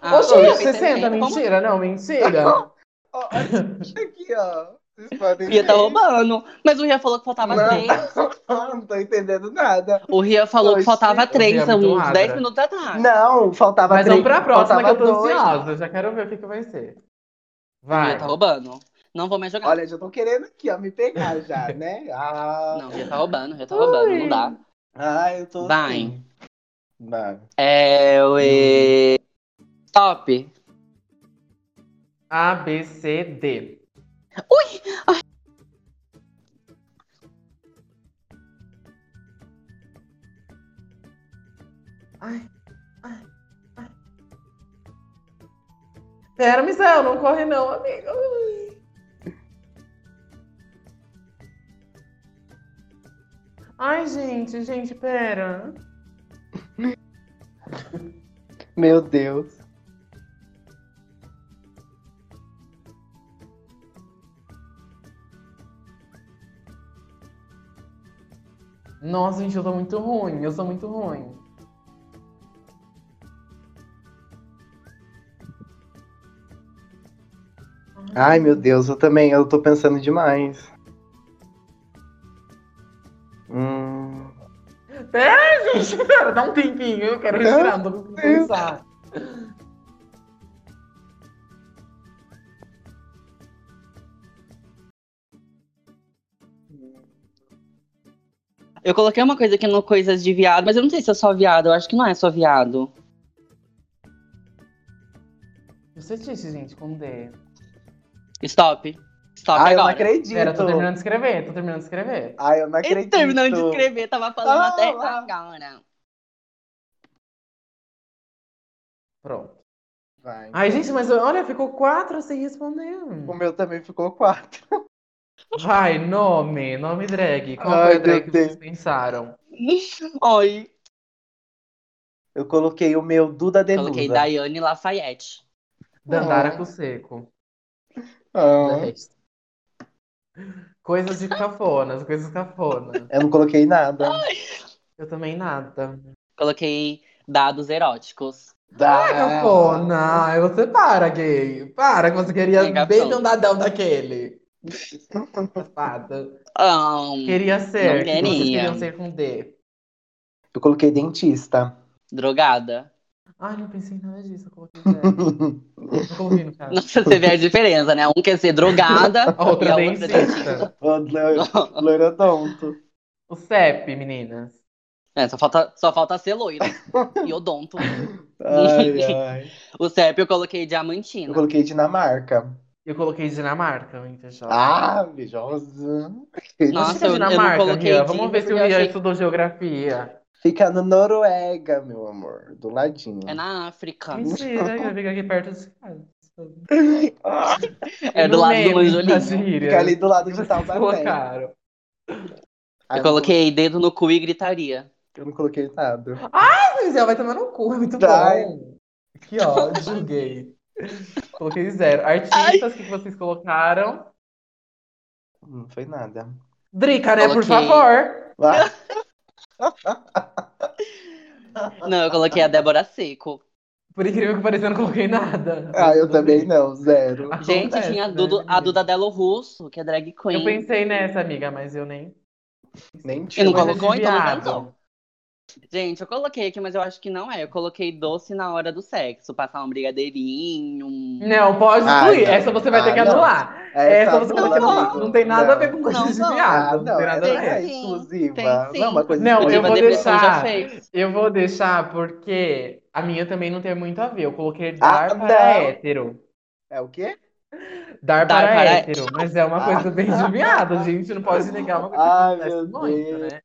C: Ah,
B: Oxe,
C: o Rian tem
B: 60, mentira, não,
C: [LAUGHS]
B: mentira.
A: Ó, olha aqui, ó. Vocês podem
C: O Rian tá
A: ver.
C: roubando. Mas o Rian falou que faltava
A: Não.
C: 3.
A: Não tô entendendo nada.
C: O Rian falou que
A: Oxi.
C: faltava
B: O
C: 3,
B: Rian é muito
C: uns 10
B: magra.
C: minutos atrás.
A: Não, faltava
B: Mas
A: três.
B: vamos pra próxima que
A: faltava
B: eu tô
A: dois.
B: ansiosa, já quero ver o que, que vai ser.
C: O
B: Vai.
C: Rian tá roubando. Não vou mais jogar.
A: Olha, já tô querendo aqui, ó, me pegar já, né? Ah,
C: Não, o Rian tá roubando, o Rian tá roubando, não dá.
A: ah eu tô
C: Vai.
A: assim. Vai.
C: É, o e... Top.
B: A, B, C, D. Ai, ai, ai. Pera, Misael, não corre não, amigo. Ai, gente, gente, pera.
A: Meu Deus.
B: Nossa, gente, eu tô muito ruim, eu sou muito ruim.
A: Ai, meu Deus, eu também, eu tô pensando demais. Hum,
B: Pera, gente, pera, dá um tempinho, eu quero respirar, não tô conseguindo
A: Deus.
B: pensar.
C: Eu coloquei uma coisa aqui no Coisas de Viado, mas eu não sei se é só viado, eu acho que não é só viado.
B: Você disse, gente, com D.
C: Stop. Stop
A: ai, Ah, eu não
C: agora.
A: acredito.
B: Pera, eu tô terminando de escrever, tô terminando de escrever.
A: Ai, eu não
C: Ele
A: acredito.
C: terminou de escrever, tava falando
A: Ah,
C: até
A: lá.
C: agora.
B: Pronto.
A: Vai.
B: Ai, gente, mas olha, ficou quatro sem responder.
A: O meu também ficou quatro.
B: Vai, nome, nome drag. Qual
A: Ai,
B: foi a
A: meu
B: drag que vocês
A: Deus.
B: pensaram?
C: Oi.
A: Eu coloquei o meu Duda Delusa.
C: Coloquei Daiane Lafayette.
B: Dandara
A: Ah.
B: com seco.
A: Ah,
B: Coisas de cafonas, coisas cafona.
A: eu não coloquei nada.
B: Eu também nada.
C: Coloquei dados eróticos.
A: Dá.
B: Ah, cafona! Ai, Você para, gay. Para, que você queria
C: Sim,
B: bem
C: capção.
B: dandadão daquele. Safada.
C: Ahn,
B: Queria ser.
C: Não
B: que Vocês
C: queria.
B: queriam ser com D.
A: Eu coloquei dentista.
C: [LAUGHS] drogada.
B: Ai, não pensei em nada disso. Eu coloquei drag. Não coloquei no
C: [LAUGHS]
B: caso.
C: Nossa, você vê a diferença, né? Um quer ser drogada
B: [LAUGHS] A outra
C: e a outra dentista.
B: dentista.
A: Ô, le- Loirodonto.
B: O CEP, meninas.
C: É, só falta, só falta ser loira. E odonto. [LAUGHS]
A: Ai, ai.
C: O CEP eu coloquei
A: Eu
C: diamantina.
A: coloquei Dinamarca.
B: Eu coloquei Dinamarca, hein, fechou.
A: Ah, beijosa.
C: Nossa,
B: Fica
C: eu- eu não coloquei
B: Rian.
C: dica,
B: Vamos ver se um o
C: porque eu
B: Rian
C: achei-
B: estudou geografia.
A: Fica no Noruega, meu amor. Do ladinho.
C: É na África.
B: Mentira, eu fico aqui perto de casa.
A: Ah,
C: É do
B: No
C: lado do
B: meme das
C: Anjolinho.
B: gírias
A: fica ali do lado
B: que
A: de
B: vocês
A: Taubaté.
B: tá colocaram.
A: Ai,
C: Eu coloquei dedo no cu e gritaria.
A: Eu não coloquei nada.
B: Ai, Zé, vai tomar no cu, é muito
A: Ai.
B: bom. Que ódio, gay. Coloquei zero. Artistas, o que que vocês colocaram?
A: Não Hum, foi
C: [LAUGHS]
A: nada.
B: Drica, né, por
C: Coloquei-
B: favor.
A: Lá.
C: Não, eu coloquei a Débora Seco.
B: Por incrível que pareça, eu não coloquei nada.
A: Ah, eu também não,
B: [LAUGHS]
A: zero.
C: Gente,
B: Acontece,
C: tinha a,
B: né,
C: Dudu, a
B: menina?
C: Duda Delo Russo, que é drag
B: Eu
C: queen.
B: pensei nessa, amiga, mas eu nem.
A: Nem
C: E
A: tinha.
C: não
B: Coisa de
C: colocou, então não
B: viado.
C: cantou. Gente, eu coloquei aqui, mas eu acho que não é. Eu coloquei doce na hora do sexo. Passar um brigadeirinho. um-
B: Não, pode
A: Ah,
B: excluir.
C: então.
A: não.
B: Essa você vai
A: Ah,
B: ter que
A: não.
B: anular.
A: É,
B: Essa
A: tá
B: você
A: bom,
B: vai ter que anular.
A: amigo.
B: Não tem nada a ver
A: Não.
B: com coisa
C: Não,
B: de
C: não.
A: Ah,
B: viado. Não
A: não,
B: tem nada
A: essa não
B: a
A: é
B: ver.
C: sim,
A: exclusiva.
C: tem sim.
A: Não, é uma coisa
B: Não, eu
C: Diva
A: exclusiva.
B: vou
C: Depressão Tipo, já
B: deixar.
C: fez.
B: Eu vou deixar porque a minha também não tem muito a ver. Eu coloquei
A: Ah,
B: dar para
A: não.
B: hétero.
A: É o quê?
B: Dar,
C: Dar
B: para,
C: para
B: hétero. Mas é uma coisa bem de viado.
C: [LAUGHS]
B: A gente não pode negar uma coisa
A: Ai,
B: que acontece
A: meu
B: muito,
A: Deus.
B: né?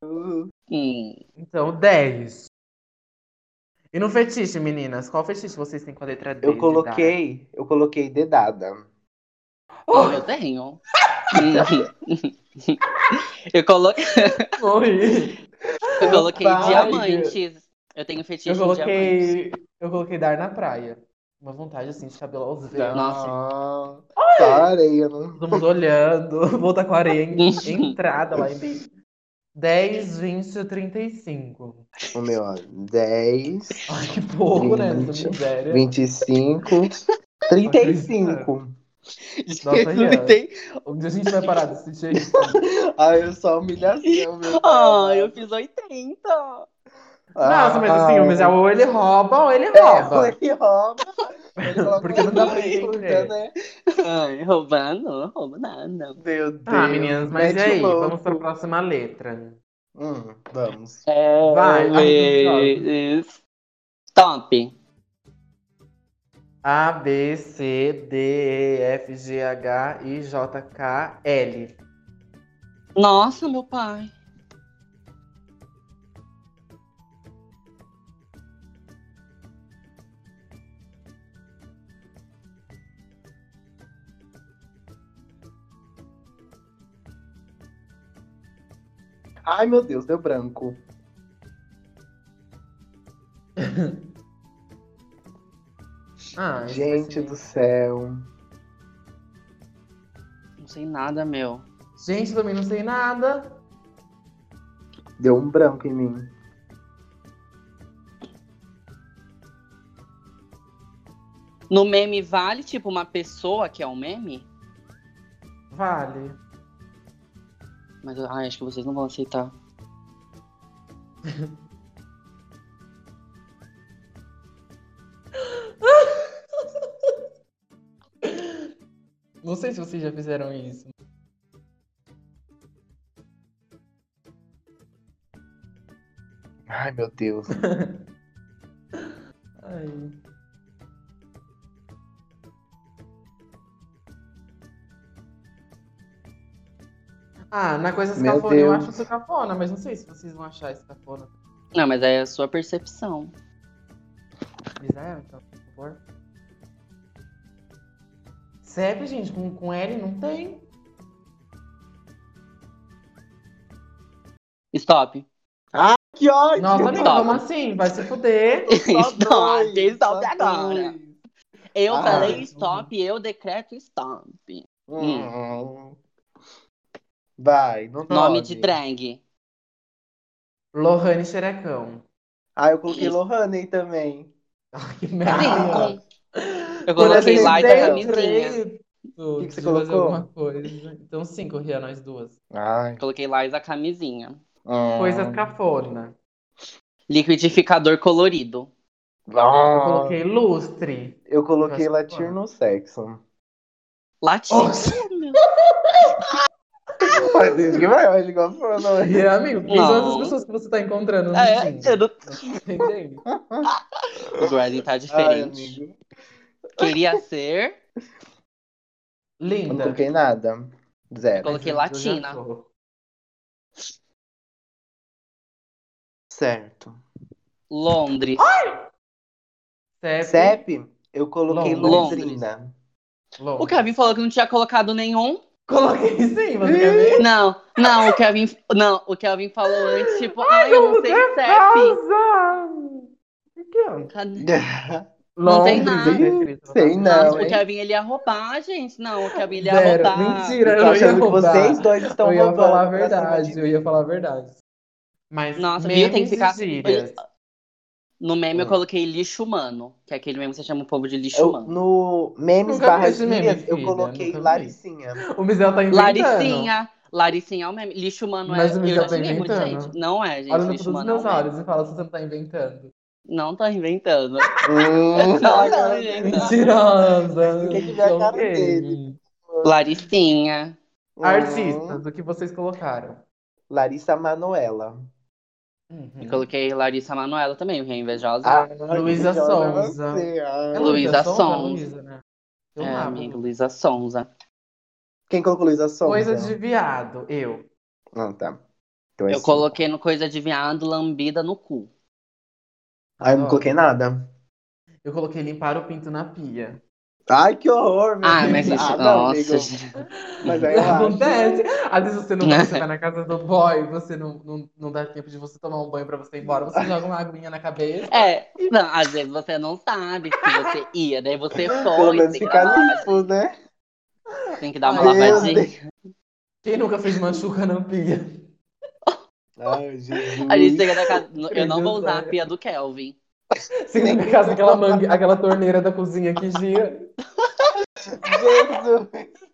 C: Hum,
B: Então, 10. E no fetiche, meninas? Qual fetiche vocês têm com a letra D?
A: Eu
B: de
A: coloquei, eu coloquei dedada.
B: dar?
C: oh,
B: Oh,
C: eu tenho. [LAUGHS] Hum. eu, coloquei, [LAUGHS]
B: morri.
C: eu coloquei
A: Ai,
C: diamantes. Eu tenho fetiche
B: Eu
C: de diamantes.
B: coloquei, eu coloquei dar na praia. Uma vontade assim de cabelo aos ventos.
A: Nossa. Só areia, não.
B: Todo mundo olhando. [LAUGHS] Volta com a areia em, entrada lá em mim. 10, 20, 35.
A: O meu, ó. 10,
B: Ai, que pouco, né? Essa
A: Gente,
B: miséria.
A: 25, 35.
B: Nossa,
C: Gente, [LAUGHS] não
B: Rian.
C: tem-
B: Onde Um a gente vai parar desse
A: [LAUGHS]
B: jeito?
A: Ai, eu só humilhação,
C: [LAUGHS]
A: meu
C: Ah, eu fiz 80.
B: Nossa, mas assim, mas já ou ele rouba ou ele
A: É,
B: rouba.
A: ele rouba. Ele coloca
B: Porque não dá pra
A: uma
B: entender.
A: coisa, né?
C: Ai, roubando, não roubo nada.
A: Meu Deus.
B: Ah, meninas, mas e
A: mete
B: aí?
A: o louco.
B: Vamos para a próxima letra.
A: Hum, vamos.
C: É,
B: Vai,
C: é, Top.
B: A, B, C, D, E, F, G, H, I, J, K, L.
C: Nossa, meu pai.
A: Ai, meu Deus, deu branco.
B: Ah, isso vai
A: Gente
B: ser-
A: do céu.
C: Não sei nada, meu.
B: Gente, também não sei nada.
A: Deu um branco em mim.
C: No meme vale, tipo, uma pessoa que é um meme?
B: Vale.
C: Mas ai, acho que vocês não vão aceitar.
B: Não sei se vocês já fizeram isso.
A: Ai, meu Deus.
B: Ai. Ah, na coisa
A: Meu
B: cafona, eu
A: Deus.
B: acho isso cafona, mas não sei se vocês vão achar isso cafona.
C: Não, mas aí é a sua percepção.
B: Misael, então, por favor. Sempre, gente, com, com L não tem.
C: Stop.
A: [LAUGHS] Que ódio!
B: Nossa, amiga,
C: Stop.
B: como assim? Vai se fuder.
C: [LAUGHS]
A: Só
C: Stop,
A: dois,
C: stop
A: só
C: agora.
A: dois.
C: Eu
A: Ah.
C: falei stop, eu decreto stop.
A: Hum. Vai, não
C: Nome
A: pode.
C: de drag.
B: Lohane Xerecão.
A: Ah, eu coloquei Lohane aí também.
B: Ai, que
A: Ah.
B: merda.
C: Sim. Eu coloquei
A: Quando
C: lá
A: a
C: e
A: gente
C: da
A: veio,
C: camisinha.
B: O é
A: que você colocou?
B: Alguma coisa. Então, cinco, Ria, nós duas.
A: Ai.
C: Coloquei lá e da camisinha.
A: hum.
B: Coisas cafona.
C: Liquidificador colorido.
B: Eu
A: Ah,
B: coloquei lustre.
A: Eu coloquei
B: Nossa,
A: latino sexo.
C: Latino.
A: Mas desde que vai, ele igual falou, não é?
B: E, amigo, quem
C: Não.
B: são essas pessoas que você tá encontrando no
C: [LAUGHS] É,
B: Tinder?
C: eu não-
B: Entende?
C: O Gordon tá
A: Ai,
C: diferente.
A: amigo.
C: Queria ser.
A: Eu não
B: Linda.
A: coloquei nada. Zero.
C: Coloquei
B: Mas eu já
C: latina.
B: sou.
A: Certo.
C: Londres.
B: CEP,
A: CEP, eu coloquei
C: Londres.
A: Londrina.
B: Londres.
C: O Kevin falou que não tinha colocado nenhum.
B: Coloquei sim, você quer ver?
C: Não, não, o Kevin. Não, o Kevin falou antes, tipo, ai, eu não sei CEP.
B: O que é?
C: Cadê?
B: Londres,
C: tem nada.
B: tá escrito.
A: Sei
C: Não,
A: não,
C: o
A: hein?
C: Kevin ele ia roubar, gente. Não, o Kevin ele ia
B: Zero.
C: roubar.
B: Mentira,
A: Eu
B: eu
A: tô
B: não ia
A: achando que
B: roubar.
A: vocês dois estão
B: eu ia
A: roubando
B: falar a
A: pra cima
B: verdade,
A: de
B: eu
A: mim.
B: ia falar a verdade. Mas
C: Nossa,
B: memes
C: viu? Tem que
B: e
C: ficar-
B: gírias.
C: No meme eu
A: Hum.
C: coloquei lixo humano, que é aquele meme que você chama o povo de lixo
A: Eu-
C: humano.
A: no memes
B: Nunca
A: barra
B: vi esse meme,
A: gírias, eu
B: filha,
A: coloquei
B: nunca vi.
A: Laricinha.
B: O Mizel tá inventando.
C: Laricinha. Laricinha é o meme. Lixo humano
B: Mas
C: é.
B: o
C: Eu
B: Michel
C: já
B: tá
C: xinguei muito
B: inventando.
C: gente. Não é, gente.
B: Olha nos
C: lixo
B: meus
C: humano é um meme.
B: olhos e fala se você não tá inventando.
C: Não tô inventando.
A: Hum.
C: Não, não, gente.
B: [LAUGHS] [LAUGHS] Mentirosa. é
A: Tem que ver a cara
B: Ok.
A: dele.
C: Laricinha.
B: [LAUGHS] Artistas,
A: Hum.
B: o que vocês colocaram?
A: Larissa Manoela.
B: Hum.
C: Eu
B: Uhum.
C: coloquei Larissa Manoela também, porque é invejosa.
A: Ah,
B: Luísa
A: que joia
B: Sonza.
A: você, ah.
B: É
C: Luísa
B: Sonza,
C: Sonza.
B: Luísa, né? Eu
C: é,
B: amava.
C: amiga, Luísa Sonza.
A: Quem colocou Luísa Sonza?
B: Coisa de viado, eu.
A: Não, tá. Então é
C: Eu
A: assim.
C: coloquei no Coisa de Viado, lambida no cu.
A: Ai, eu não coloquei nada.
B: Eu coloquei limpar o pinto na pia.
A: Ai, que horror, meu
C: Ah,
A: [LAUGHS] Deus.
C: mas.
A: Ah, não,
C: nossa,
A: amigo.
C: gente.
A: Mas aí É, eu acho.
B: Acontece. Às vezes você [LAUGHS] não você vai na casa do boy, você não, não, não dá tempo de você tomar um banho pra você ir embora, você joga uma aguinha na cabeça.
C: [LAUGHS] É, não, às vezes você não sabe que você ia, daí você
A: Pelo
C: foi,
A: menos
C: tem que,
A: ficar
C: dar uma,
A: limpo, né?
C: tem que dar uma
B: Ai, meu
C: lavadinha.
B: Quem nunca fez manchuca na pia? [LAUGHS]
A: Ai, Jesus.
C: A gente chega na casa. Eu não vou usar a
B: Deus,
C: pia do Kelvin.
B: Você tem em casa aquela mangue, aquela torneira da cozinha que gira.
A: Jesus.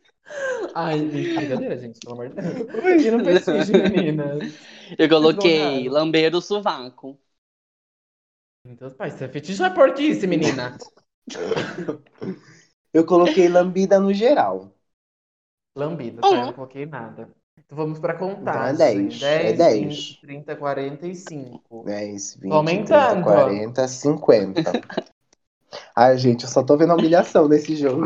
B: Ai, brincadeira, gente, pelo amor de Deus. E não precisa, meninas.
C: Eu coloquei
B: Deslocaram.
C: lamber o sovaco.
B: Então, pai, você é fetiche ou é porquice, menina?
A: [LAUGHS] Eu coloquei lambida no geral.
B: Lambida,
C: Uhum.
B: tá? Eu não coloquei nada. Então vamos pra contagem.
A: Então é 10, é 10.
B: 20, 30, 45.
A: 10, 20, 30,
B: aumentando,
A: 40, 50. Ai, gente, eu só tô vendo a humilhação nesse jogo.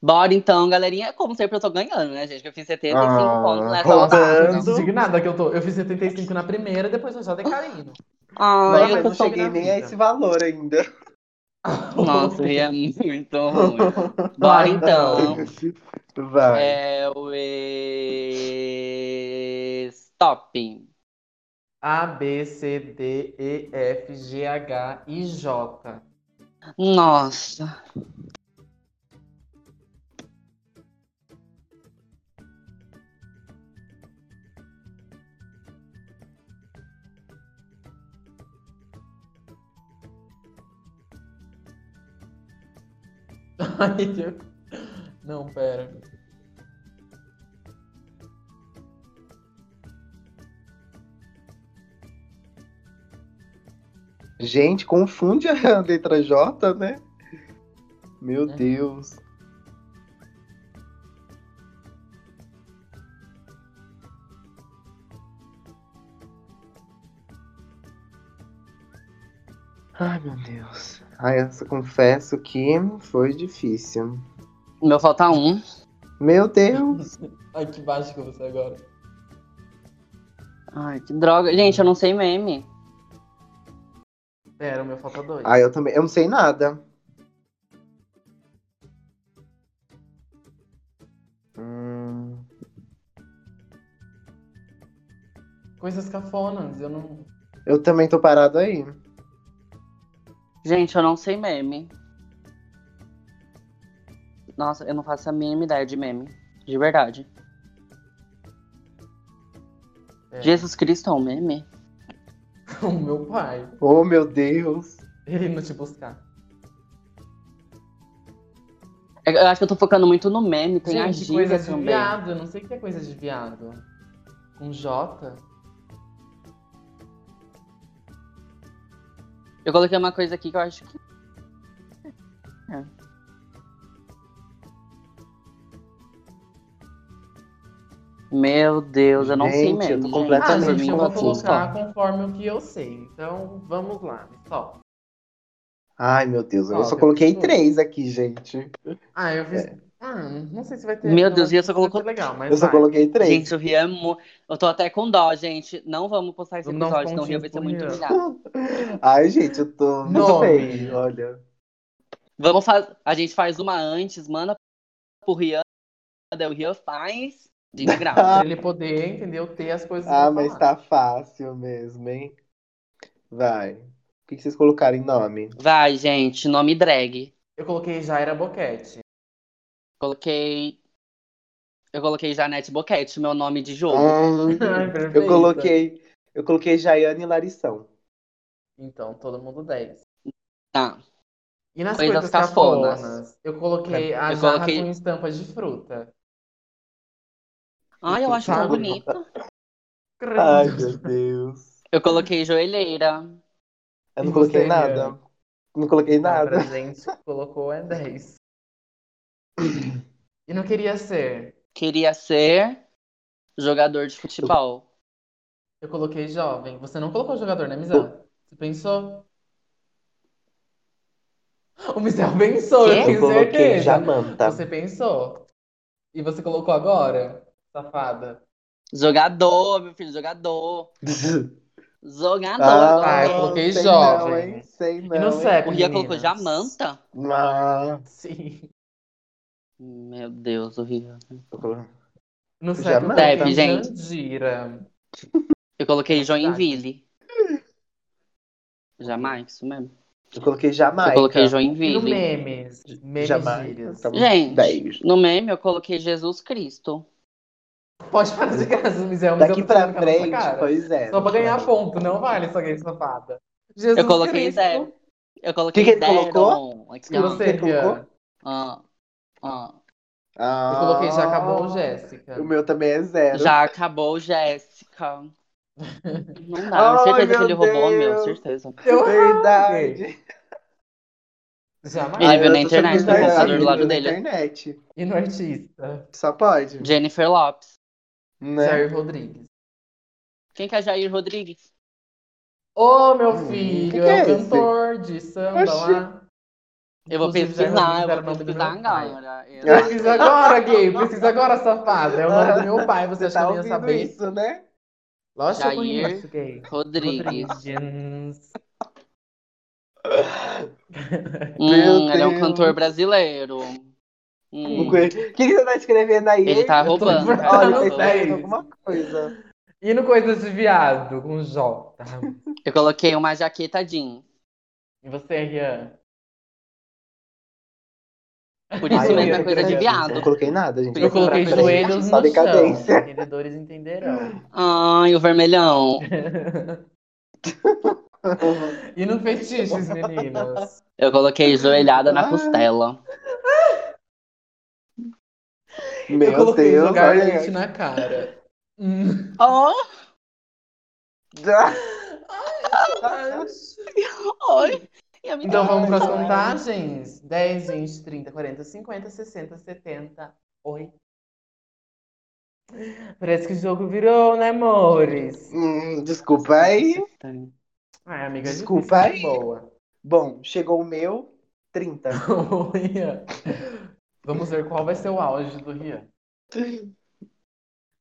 C: Bora então, galerinha. Como sempre, eu tô ganhando, né, gente? Que eu fiz 75
A: Ah,
C: pontos nessa
A: roubando.
C: rodada.
B: Não digo nada que eu tô. Eu fiz 75 na primeira, depois eu já decaindo.
C: Ai,
A: Nossa,
C: eu
A: eu
C: tô
A: não
C: tão...
A: cheguei nem a
B: vida.
A: esse valor ainda.
C: Nossa, eu
A: [LAUGHS]
C: ia muito ruim. Bora então.
A: Vai.
C: É o Stop.
B: A, B, C, D, E, F, G, H, I, J. [LAUGHS]
C: Nossa.
B: Ai, eu- Não, pera.
A: Gente, confunde a [LAUGHS] letra J, né? Meu
B: É.
A: Deus. Ai, meu Deus. Ai, eu só confesso que foi difícil.
C: Meu falta um.
A: Meu Deus.
B: Ai, que baixo que eu vou ser agora.
C: Ai, que droga. Gente, eu não sei meme.
B: Pera, o meu falta dois.
A: Ai, eu também. Eu não sei nada. Hum.
B: Coisas cafonas, eu não.
A: Eu também tô parado aí.
C: Gente, eu não sei meme. Nossa, eu não faço a mínima ideia de meme. De verdade.
B: É.
C: Jesus Cristo é um meme?
B: [LAUGHS] O meu pai.
A: Oh, meu Deus.
B: Ele não te buscar.
C: É, Eu eu acho que eu tô focando muito no meme, tem a
B: Gente,
C: gíria
B: coisas de
C: também.
B: viado. Eu não sei o que é coisa de viado. Com J?
C: Eu coloquei uma coisa aqui que eu acho que. É. Meu Deus, eu não sei
A: Gente, eu tô
C: mesmo. gente.
B: Ah,
A: completamente
C: Pra
B: gente,
C: mim,
B: eu vou
C: confuso.
B: colocar
A: tá.
B: conforme o que eu sei. Então, vamos lá. Só.
A: Ai, meu Deus. Eu
B: Ó,
A: só
B: meu
A: coloquei
B: Deus.
A: três aqui, gente.
B: Ah, eu fiz. Ah, não sei se vai ter.
C: Meu
B: não,
C: Deus, e essa
B: não vai ser
C: colocou-
B: legal, mas
A: É. Eu só
B: vai.
A: coloquei três.
C: Gente, o Rian é muito. Eu tô até com dó, gente. Não vamos postar esse
B: Vamos dar uns
C: episódio, senão o Rian
B: pontinhos
C: vai ser
B: pro
C: muito
B: Rian.
C: humilhado.
A: [LAUGHS] Ai, gente, eu tô. Não
B: Nome.
A: sei, olha.
C: Vamos fazer. A gente faz uma antes, manda pro Rian. Daí o Rian faz. De graça.
B: [LAUGHS] Pra ele poder, entendeu? Ter as coisas.
A: Ah,
B: pra
A: mas
B: falar.
A: tá fácil mesmo, hein? Vai. O que que vocês colocaram em nome?
C: Vai, gente. Nome drag.
B: Eu coloquei
A: [LAUGHS]
B: Jaira Boquete.
C: Coloquei. Eu coloquei Janete Boquete, meu nome de jogo.
A: Hum,
B: [LAUGHS]
A: eu coloquei. Eu coloquei Jaiane e Larissão.
B: Então, todo mundo 10.
C: Tá.
B: E nas
C: Coisas
B: coisas,
C: cafonas.
B: cafonas, eu coloquei a
C: Eu
B: jarra
C: coloquei-
B: com estampas de fruta.
C: Ai, eu acho tão
B: Sabe?
C: bonito.
A: Ai,
B: [LAUGHS]
A: meu Deus.
C: Eu coloquei joelheira.
A: Eu
B: E
A: não coloquei
B: você,
A: nada.
B: Rian?
A: Não coloquei
B: Não,
A: nada.
B: pra gente colocou é 10. E não queria ser.
C: Queria ser jogador de futebol.
B: Eu coloquei jovem. Você não colocou jogador, né, Mizel? Você pensou? O Mizel pensou,
C: Quê?
B: eu
A: Eu
B: tenho
A: coloquei
B: é certeza.
A: Jamanta.
B: Você pensou. E você colocou agora, safada?
C: Jogador, meu filho, jogador.
A: [LAUGHS]
C: Jogador.
B: Ah, eu
C: jogador.
B: coloquei
A: sei
B: jovem.
A: Não, hein? Sei não.
B: E no
A: hein?
B: CEP,
C: O Ria
B: meninas?
C: colocou Jamanta.
A: Ah,
B: Sim.
C: Meu Deus, o Ria.
A: eu colo-
B: No
A: Já
B: século
A: manda.
B: eu
C: Deve, gente.
B: Jandira.
C: Eu coloquei
B: Verdade.
C: Joinville. Jamais, isso mesmo.
A: eu coloquei Jamaica.
C: Eu coloquei
B: E no
C: Joinville.
B: memes. Memes
A: Jamaica.
B: gírias.
A: Tá bom.
C: Gente.
A: Dez.
C: No meme, eu coloquei Jesus Cristo.
B: Pode parar de graça, Mizel.
A: Daqui pra frente,
B: Cara.
A: pois é.
B: Só pra ganhar ponto, não vale essa gay safada. Jesus
C: Eu coloquei
B: Cristo.
C: Zé. Eu coloquei
A: Que que ele
C: Deron. Aqui,
B: E
C: ó.
B: você,
A: Você colocou?
B: Rian?
C: Ah, ah.
A: Ah,
B: Eu coloquei já acabou Jéssica.
A: O meu também é zero.
C: Já
B: [LAUGHS]
C: acabou, Jéssica. Não dá,
A: Ai,
C: certeza que
A: meu
C: ele roubou o meu,
A: Deus.
C: certeza.
B: Eu
A: Verdade.
B: Jamais.
C: Ele viu
A: eu
C: na
A: tô
C: internet, tá
A: sabendo da-
B: no computador do
A: ele
C: lado
A: viu
C: dele.
A: tá Na internet.
B: E no artista,
A: Só pode.
C: Jennifer Lopes.
A: Né? [LAUGHS]
B: Jair Rodrigues.
C: Quem que é Jair Rodrigues?
B: Ô, meu
A: Hum,
B: filho,
A: que que
B: é
A: é
B: o
A: esse?
B: cantor de samba
A: Oxi.
B: lá.
C: Eu vou
B: Inclusive, Jair
C: pesquisar, eu
B: Rodrigues era o
C: vou
B: nome do
C: pesquisar
B: meu pai.
C: agora. Eu-
B: [LAUGHS] Precisa agora, gay. Precisa agora, safada. É o nome do
A: [LAUGHS]
B: meu pai. Você,
A: Você
B: acha
A: tá
B: que eu não ia
A: ouvindo
B: saber?
A: isso, né?
B: Lógico que eu
C: Jair
B: conheço, gay.
C: Rodrigues.
B: Rodrigues.
C: Hum, ele é um
A: Deus.
C: cantor brasileiro.
A: O
C: Hum,
A: que o que você tá escrevendo aí?
C: Ele tá roubando,
A: Olha,
C: tá
A: tá
C: roubando.
A: escrevendo alguma coisa.
B: E no Coisas de Viado, com J.
C: Eu coloquei uma jaqueta jean.
B: E você, Rian?
C: Por isso
A: Ai, eu
C: mesmo é
A: ia
C: coisa de
B: querer.
A: Eu
C: viado.
A: não coloquei nada, gente.
B: Eu
C: Eu
B: coloquei
C: pra frente,
B: joelhos
A: Só
B: no
A: decadência.
B: chão. Entendedores entenderão. [LAUGHS]
C: Ai, o vermelhão.
B: Uhum. E no Fetiches, meninas?
A: Ah.
C: Eu coloquei joelhada na costela.
A: Meu
B: eu coloquei
A: Deus,
B: jogar
A: olha.
B: leite
A: [LAUGHS]
B: na cara. Hum.
C: Oh, oi. E a minha
B: Então vamos para as
A: Ai,
B: contagens. 10, 20, 30, 40, 50, 60, 70, 8. Parece que o jogo virou, né, amores?
A: Hum, desculpa aí.
B: Ai, amiga, é
A: Desculpa
B: difícil,
A: aí.
B: boa. [LAUGHS]
A: Bom, chegou o meu 30.
B: O Rian. Vamos ver qual vai ser o auge do Rian.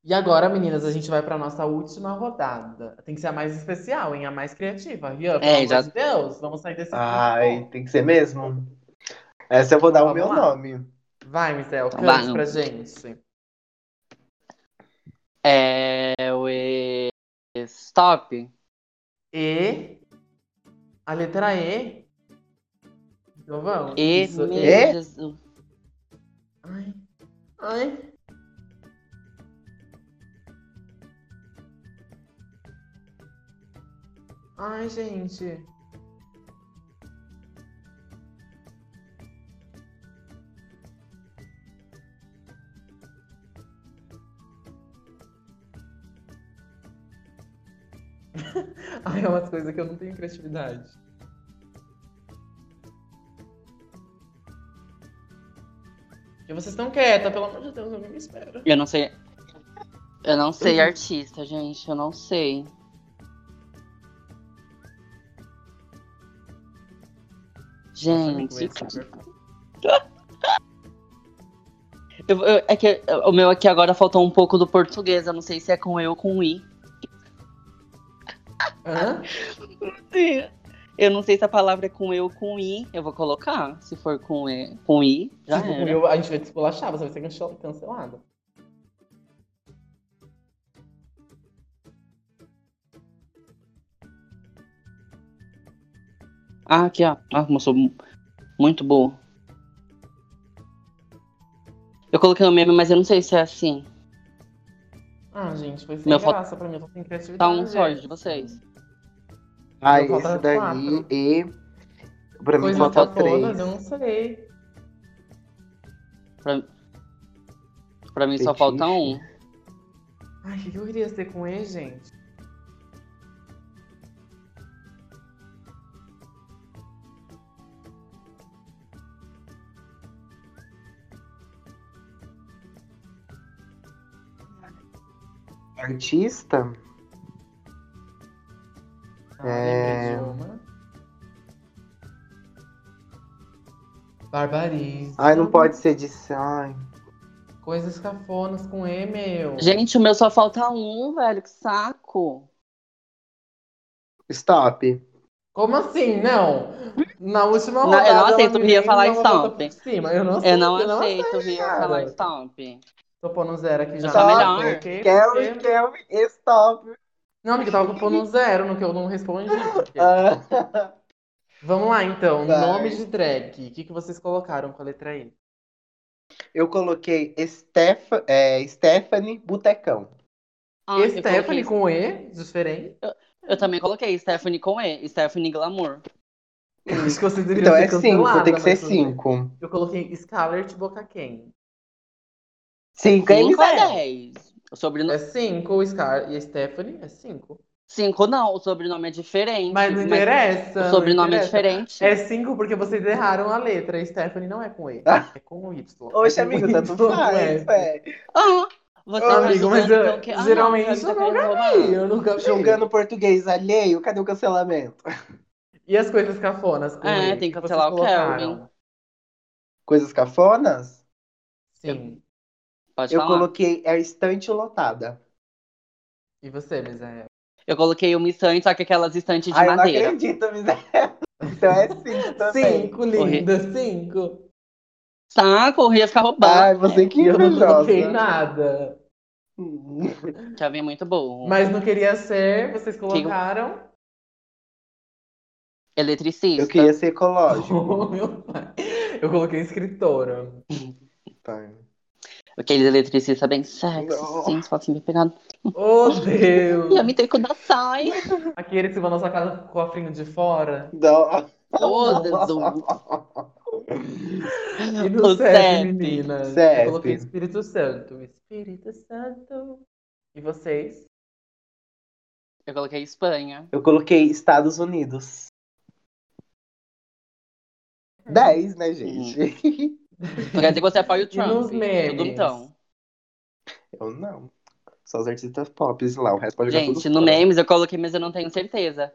B: E agora, meninas, a gente vai para nossa última rodada. Tem que ser a mais especial, hein? A mais criativa. Rian, pelo
C: É,
B: amor
C: já-
B: de Deus, vamos sair desse
A: Ai, tem que ser mesmo? Essa eu vou dar o
B: Vamos
A: meu
B: lá.
A: nome.
B: Vai, Michel,
C: Então
B: cante
C: vai.
B: pra gente.
C: É o E. Stop.
B: E. A letra E. Então vamos.
C: E.
B: Isso,
C: meu
B: E.
A: E?
C: Jesus.
B: Ai. Ai. Ai, gente. [LAUGHS] Ai, é umas coisas que eu não tenho criatividade. E vocês estão quietas, pelo amor de Deus, alguém me espera.
C: Eu não sei. Eu não sei
A: Uhum.
C: artista, gente. Eu não sei. Gente,
A: né?
C: eu- eu- é que o meu aqui agora faltou um pouco do português. Eu não sei se é com eu ou com i.
B: Hã?
C: Eu não sei se a palavra é com eu ou com i. Eu vou colocar. Se for com, e, com i, já
B: Tipo,
C: era.
B: meu, a gente vai despolachar, você vai ser cancel- é cancelado.
C: Ah, aqui, ó. Ah, como eu sou mu- muito boa. Eu coloquei o meme, mas eu não sei se é assim.
B: Ah, gente, foi sem
C: Meu, falta-
B: graça pra mim, eu tô sem criatividade.
C: Tá um sorte de vocês.
A: Ai,
B: Vou faltar
A: esse daí
B: quatro.
A: e. Pra mim
B: Coisa
A: falta
B: todas,
A: três.
B: eu não sei.
C: Pra mim só
A: Fetiche.
C: falta um.
B: Ai, o que que eu queria ser com E, gente?
A: Artista?
B: Ah,
A: É.
B: lembrei de uma. Barbarismo.
A: Ai, não pode ser de. Ai.
B: Coisas cafonas com E, meu.
C: Gente, o meu só falta um, velho. Que saco.
A: Stop.
B: Como assim? Não! Na última
C: Não, eu
B: rodada.
C: não aceito,
B: ela me
C: eu ia
B: vem
C: falar
B: e dá uma volta
C: stop.
B: por Cima. Eu não aceito.
C: Eu não
B: eu
C: aceito, viu? Tá
B: cara.
C: Falar stop.
B: Tô pondo zero aqui já.
A: Tá
B: na-
C: melhor.
B: Ok,
A: Kelly,
B: porque-
A: Kelly, stop.
B: Não, amiga, eu tava pondo zero no que eu não respondi.
A: [LAUGHS] Ah,
B: Vamos lá, então.
A: Vai.
B: Nome de drag. O que, que vocês colocaram com a letra I?
A: eu coloquei Steph, é, Stephanie Botecão.
C: Ah, eu
B: Stephanie
C: coloquei-
B: com E, diferente.
C: Eu também coloquei Stephanie com E. Stephanie Glamour.
B: Eu acho que vocês deveriam
A: Então é
B: ser canceladas,
A: cinco, tem que ser
B: mas tudo bem.
A: cinco.
B: Eu coloquei Scarlett Boca Quem.
A: Cinco, hein?
C: Cinco é
B: é?
C: 10. O sobrenome...
B: É 5, Scar e a Stephanie é 5.
C: Cinco não, o sobrenome é diferente.
B: Mas não interessa.
C: O
B: não
C: sobrenome é
B: interessa.
C: diferente.
B: É 5 porque vocês erraram a letra. Stephanie não é com E, é com Y.
A: Ah. Oxe,
B: é com
A: amigo, tá tudo
B: Y,
A: faz,
B: é.
A: véi.
C: Ah, você
A: Ô,
C: tá
B: amigo, mas
C: julgando
B: eu-
C: que eu que- Ah,
B: geralmente
C: não,
B: eu
C: tá querendo roubar.
A: é.
B: Eu nunca vi.
A: Julgando português alheio, cadê o cancelamento?
B: E as coisas cafonas com
C: É,
B: E,
C: tem que
B: vocês
C: cancelar o
B: colocaram?
C: Kelvin.
A: Coisas cafonas?
B: Sim.
C: Pode
A: eu
C: falar.
A: coloquei é estante lotada.
B: E você, Misael?
C: Eu coloquei uma estante, só que aquelas estantes de
A: Ai, eu não
C: madeira.
A: acredito, miséria. Então é
C: [LAUGHS]
A: cinco também.
B: Cinco, linda, cinco.
C: Saco, eu ia ficar roubando.
A: Ai, você
C: [LAUGHS]
A: que
B: E eu não
A: invejosa.
B: coloquei nada.
A: Hum.
C: Já vem muito burro.
B: Mas não queria ser, vocês colocaram. [LAUGHS]
C: Eletricista.
A: Eu queria ser ecológico.
B: Oh, meu pai. Eu coloquei escritora.
A: Tá.
C: Aquele eletricista bem sexy,
A: Não.
C: sim, só assim, bem pegado.
B: Oh, Deus!
C: [LAUGHS] E eu me tenho que dar sai.
A: Então,
B: Aquele que vai na sua casa com o cofrinho de fora.
A: Não.
C: Ô, Jesus.
B: [LAUGHS] E no
C: O
B: CEP,
C: CEP.
B: meninas?
A: CEP.
B: Eu coloquei Espírito Santo. Espírito Santo. E vocês?
C: Eu coloquei Espanha.
A: Eu coloquei Estados Unidos. 10,
C: Hum.
A: né, gente? [LAUGHS]
C: Não quer dizer que você apoia o Trump.
B: nos memes?
C: Tudo então.
A: Eu não. Só os artistas pop lá, o resto pode jogar
C: Gente,
A: tudo
C: no
A: fora.
C: memes eu coloquei, mas eu não tenho certeza.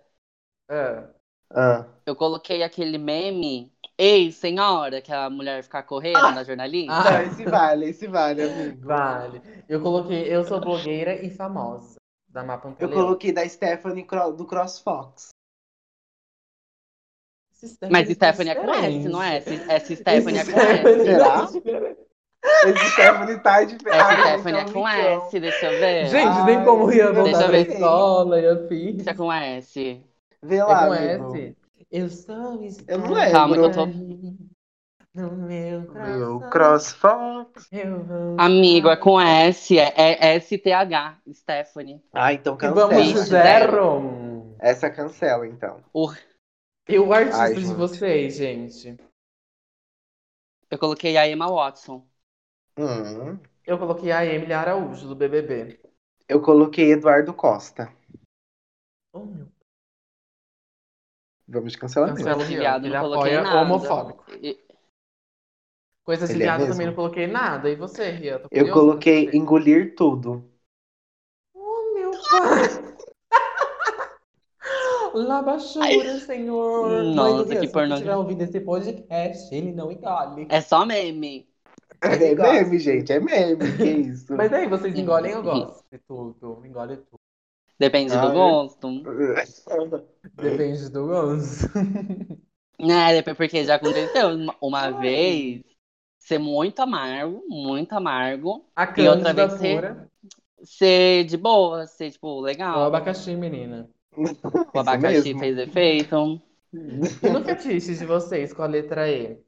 B: Ah,
A: Ah,
C: Eu coloquei aquele meme. Ei, senhora, que a mulher ficar correndo na jornalista.
A: não, esse vale, esse vale, amigo.
B: vale. Eu coloquei Eu Sou Blogueira e Famosa, da Mapa
A: Eu coloquei da Stephanie Cro- do CrossFox.
B: Ah,
C: Mas Stephanie acresce, não é? Esse- Essa Stephanie é
A: Esse
C: acresce.
A: Será? Esse Stephanie tá de
C: Essa
A: Ah, gente,
C: Stephanie
A: é um
C: é com
A: micão.
C: S, deixa eu ver. Ah,
B: Gente,
A: Ai,
B: tem como o Rian
A: É. Ah, deixa
B: voltar
C: eu
B: pra
C: ver.
B: escola e assim.
C: Essa é com S.
A: Vê
B: É
A: lá,
B: com
A: amigo.
B: S. Eu sou
A: Eu não
B: Stephanie.
C: Calma que eu tô-
B: No meu
A: Meu
B: coração,
A: CrossFox.
B: eu vou-
C: Amigo, é com S, é, é S-T-H, Stephanie.
A: Ah, então
B: E
A: cancela.
B: vamos
C: Gente,
B: zero.
A: Essa cancela, então.
B: E o artista
A: Ai,
B: de
A: gente.
B: vocês, gente?
C: Eu coloquei a Emma Watson.
A: Hum.
B: Eu coloquei a Emily Araújo, do BBB.
A: Eu coloquei Eduardo Costa.
B: Oh, meu.
A: Vamos de cancelamento.
B: Cancela o
C: Esse
B: Rian,
C: viado
B: ele é
C: não coloquei
B: apoia
C: nada.
B: homofóbico.
C: E-
B: Coisas de
A: Ele é
B: viado
A: mesmo?
B: também não coloquei nada. E você, Ria? Tô
A: Eu
B: curioso
A: coloquei
B: pra você.
A: engolir
C: [LAUGHS]
A: tudo.
B: Oh, meu pai! [LAUGHS] Labachura, senhor! Mãe do
C: Nossa,
B: Deus,
C: que
B: Se
C: pornô.
B: você estiver ouvindo esse podcast, ele não engole.
C: É só meme.
A: É
B: Ele gosta.
A: meme, gente. É meme. Que
C: [LAUGHS]
A: isso?
B: Mas aí, vocês engolem eu gosto de tudo. Engole tudo.
C: Depende
A: Ah,
C: do
A: é?
C: gosto.
B: Depende do gosto.
C: [LAUGHS] É, depois porque já aconteceu uma- uma vez ser muito amargo, muito amargo.
B: A
C: E
B: Cândida
C: outra vez você-
B: pura.
C: Ser de boa, ser, tipo,
B: O
C: legal.
B: abacaxi, menina.
C: O abacaxi
A: mesmo.
C: fez efeito.
B: E no fetiche de vocês, com a letra E?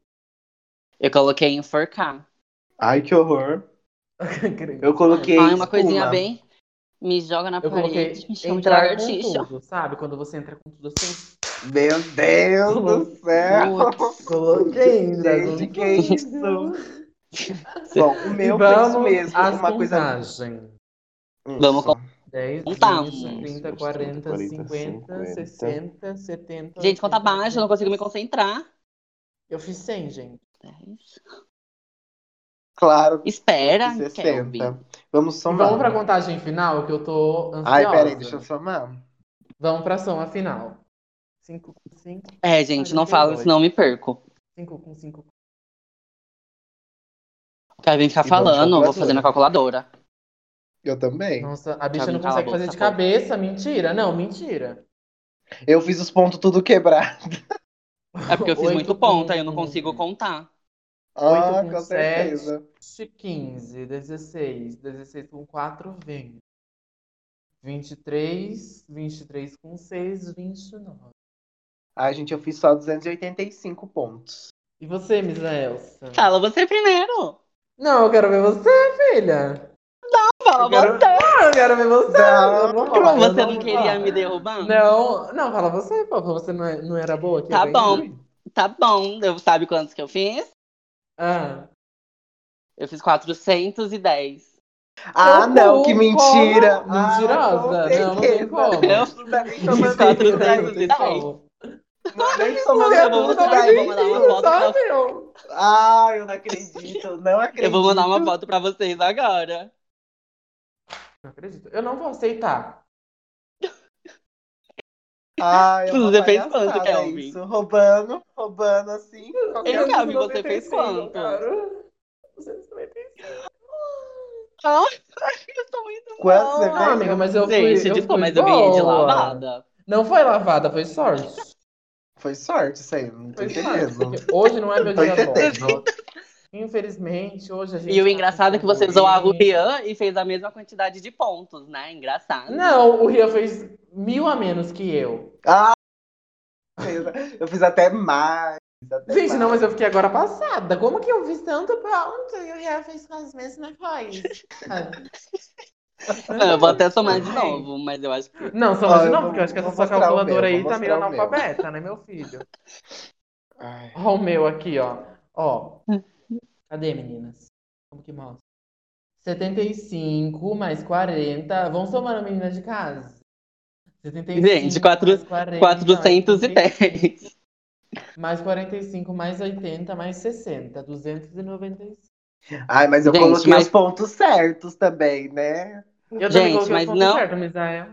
C: Eu coloquei enforcar.
A: Ai, que horror. Eu coloquei.
C: Ah, é uma coisinha
A: espuma.
C: bem. Me joga na
B: Eu coloquei
C: parede, me chama de
B: entrar com
C: lagartixa.
B: tudo, sabe? Quando você entra com tudo assim.
A: Meu Deus do céu.
C: Putz.
B: Coloquei ainda.
A: Gente, que isso? Bom, o meu foi isso
B: Vamos
A: mesmo.
B: às
A: Uma coisa. Hum.
B: contagens.
C: Vamos
A: Isso.
B: 10,
C: Contamos.
B: 20, 30, 40, 50, 60, 70.
C: [LAUGHS] Gente, conta
B: 80,
C: baixo, eu não consigo me concentrar.
B: Eu fiz 100, gente.
C: Dez.
A: Claro.
C: Espera, Kelvin.
A: 60. Vamos
C: Então
A: somar.
B: Vamos pra contagem final, que eu tô ansiosa.
A: Ai, peraí, deixa eu somar.
B: Vamos pra soma final. 5 com 5,
C: É, gente, não fala,
B: 48.
C: senão eu me perco.
B: 5 com 5.
A: E vamos
C: Kelvin ficar
A: de
C: tá falando, eu vou
A: calculadora.
C: fazer na calculadora.
A: Eu também.
B: Nossa, a bicha
C: Calma,
B: não
C: cala a
B: consegue
C: boca,
B: fazer de
C: cala a
B: cabeça. Mentira, não, mentira.
A: Eu fiz os pontos tudo quebrado.
C: É porque eu fiz
B: Oito
C: muito
B: com-
C: ponto, aí eu não consigo contar.
A: Ah,
B: com
A: com
B: sete.
A: certeza.
B: 15, 16, 16 com 4, 20. 23, 23 com 6, 29.
A: Ai, gente, eu fiz só 285 pontos.
B: E você, Misa Elsa?
C: Fala você primeiro!
B: Não, eu quero ver você, filha.
C: Fala
B: eu quero...
C: você!
B: Não, eu quero ver você.
A: Não,
B: eu vou
A: não,
B: falar, eu
C: Você não
B: vou
C: queria
B: falar.
C: me derrubar?
B: Não, não, fala você, pô. Você não, é- não era boa? que
C: Tá
B: eu
C: bom.
B: venho?
C: Tá bom, eu sabe quantos que eu fiz?
B: Ah,
C: Eu fiz 410.
A: Ah,
B: Eu
A: não,
B: vou,
A: que mentira!
B: como? Mentirosa, não, não tem como.
A: Eu não tá nem
C: Os
A: chamando
C: quatro
A: isso, né?
C: anos,
A: Não tem
B: Tá
C: então.
A: como. Não, nem
B: Não,
A: somando
B: eu
A: tudo
B: vou
C: mandar-
A: daí.
C: eu vou mandar uma foto pra-
B: sabe, eu-
A: Ah, eu não acredito, eu não acredito.
C: Eu vou mandar uma foto pra vocês agora.
B: Não acredito. Eu não vou aceitar.
A: Ah, é uma
C: Você fez
A: palhaçada
C: quanto, Kelvin?
A: Isso, roubando, roubando assim.
C: Eu, Gabi, você fez quanto?
B: Claro. é 295.
C: Ah, [LAUGHS] eu tô muito
A: Quantos você
B: Não,
A: fez?
B: amiga, mas eu fui.
C: Gente,
B: eu
C: desculpa,
B: fui
C: mas eu ganhei de
B: boa.
C: lavada.
B: Não foi lavada, foi sorte.
A: Foi sorte isso aí, não tô
B: Foi
A: entendendo.
B: sorte. Hoje não é meu
A: Tô
B: dia bom. Infelizmente, hoje a gente.
C: E o
B: tá
C: engraçado é que você
B: com
C: zoou a
B: Covid.
C: Rian e fez a mesma quantidade de pontos, né? Engraçado.
B: Não, o Rian fez mil a menos que eu.
A: Ah, eu fiz até mais. fiz até
B: Gente,
A: mais.
B: não, mas eu fiquei agora passada. Como que eu fiz tanto ponto e o Rian fez com as mesmas
A: [LAUGHS]
B: coisas?
C: Eu vou até somar de
B: Ai.
C: novo, mas eu acho que.
B: Não, só mais
A: Ó, eu
B: de novo,
A: vou-
B: porque eu acho que essa
A: vou
B: sua
A: mostrar o
B: calculadora
A: meu,
B: aí
A: vou
B: tá meio
A: mostrar o meu.
B: analfabeta, né, meu filho?
A: Ai,
B: Ó, o meu aqui, ó. Ó, cadê, meninas? Como que mostra? 75 mais 40. Vamos somando, meninas de casa. 75
C: Gente, quatro-
B: mais 40, mais
C: 410.
B: é Mais 45, mais 80, mais 60. 295.
A: Ai, mas eu
C: Gente,
A: coloquei
C: mas-
A: os pontos certos também, né?
B: Eu
C: Gente,
B: também coloquei
C: mas
B: os pontos
C: não-
B: certos,
A: é.
B: Misael.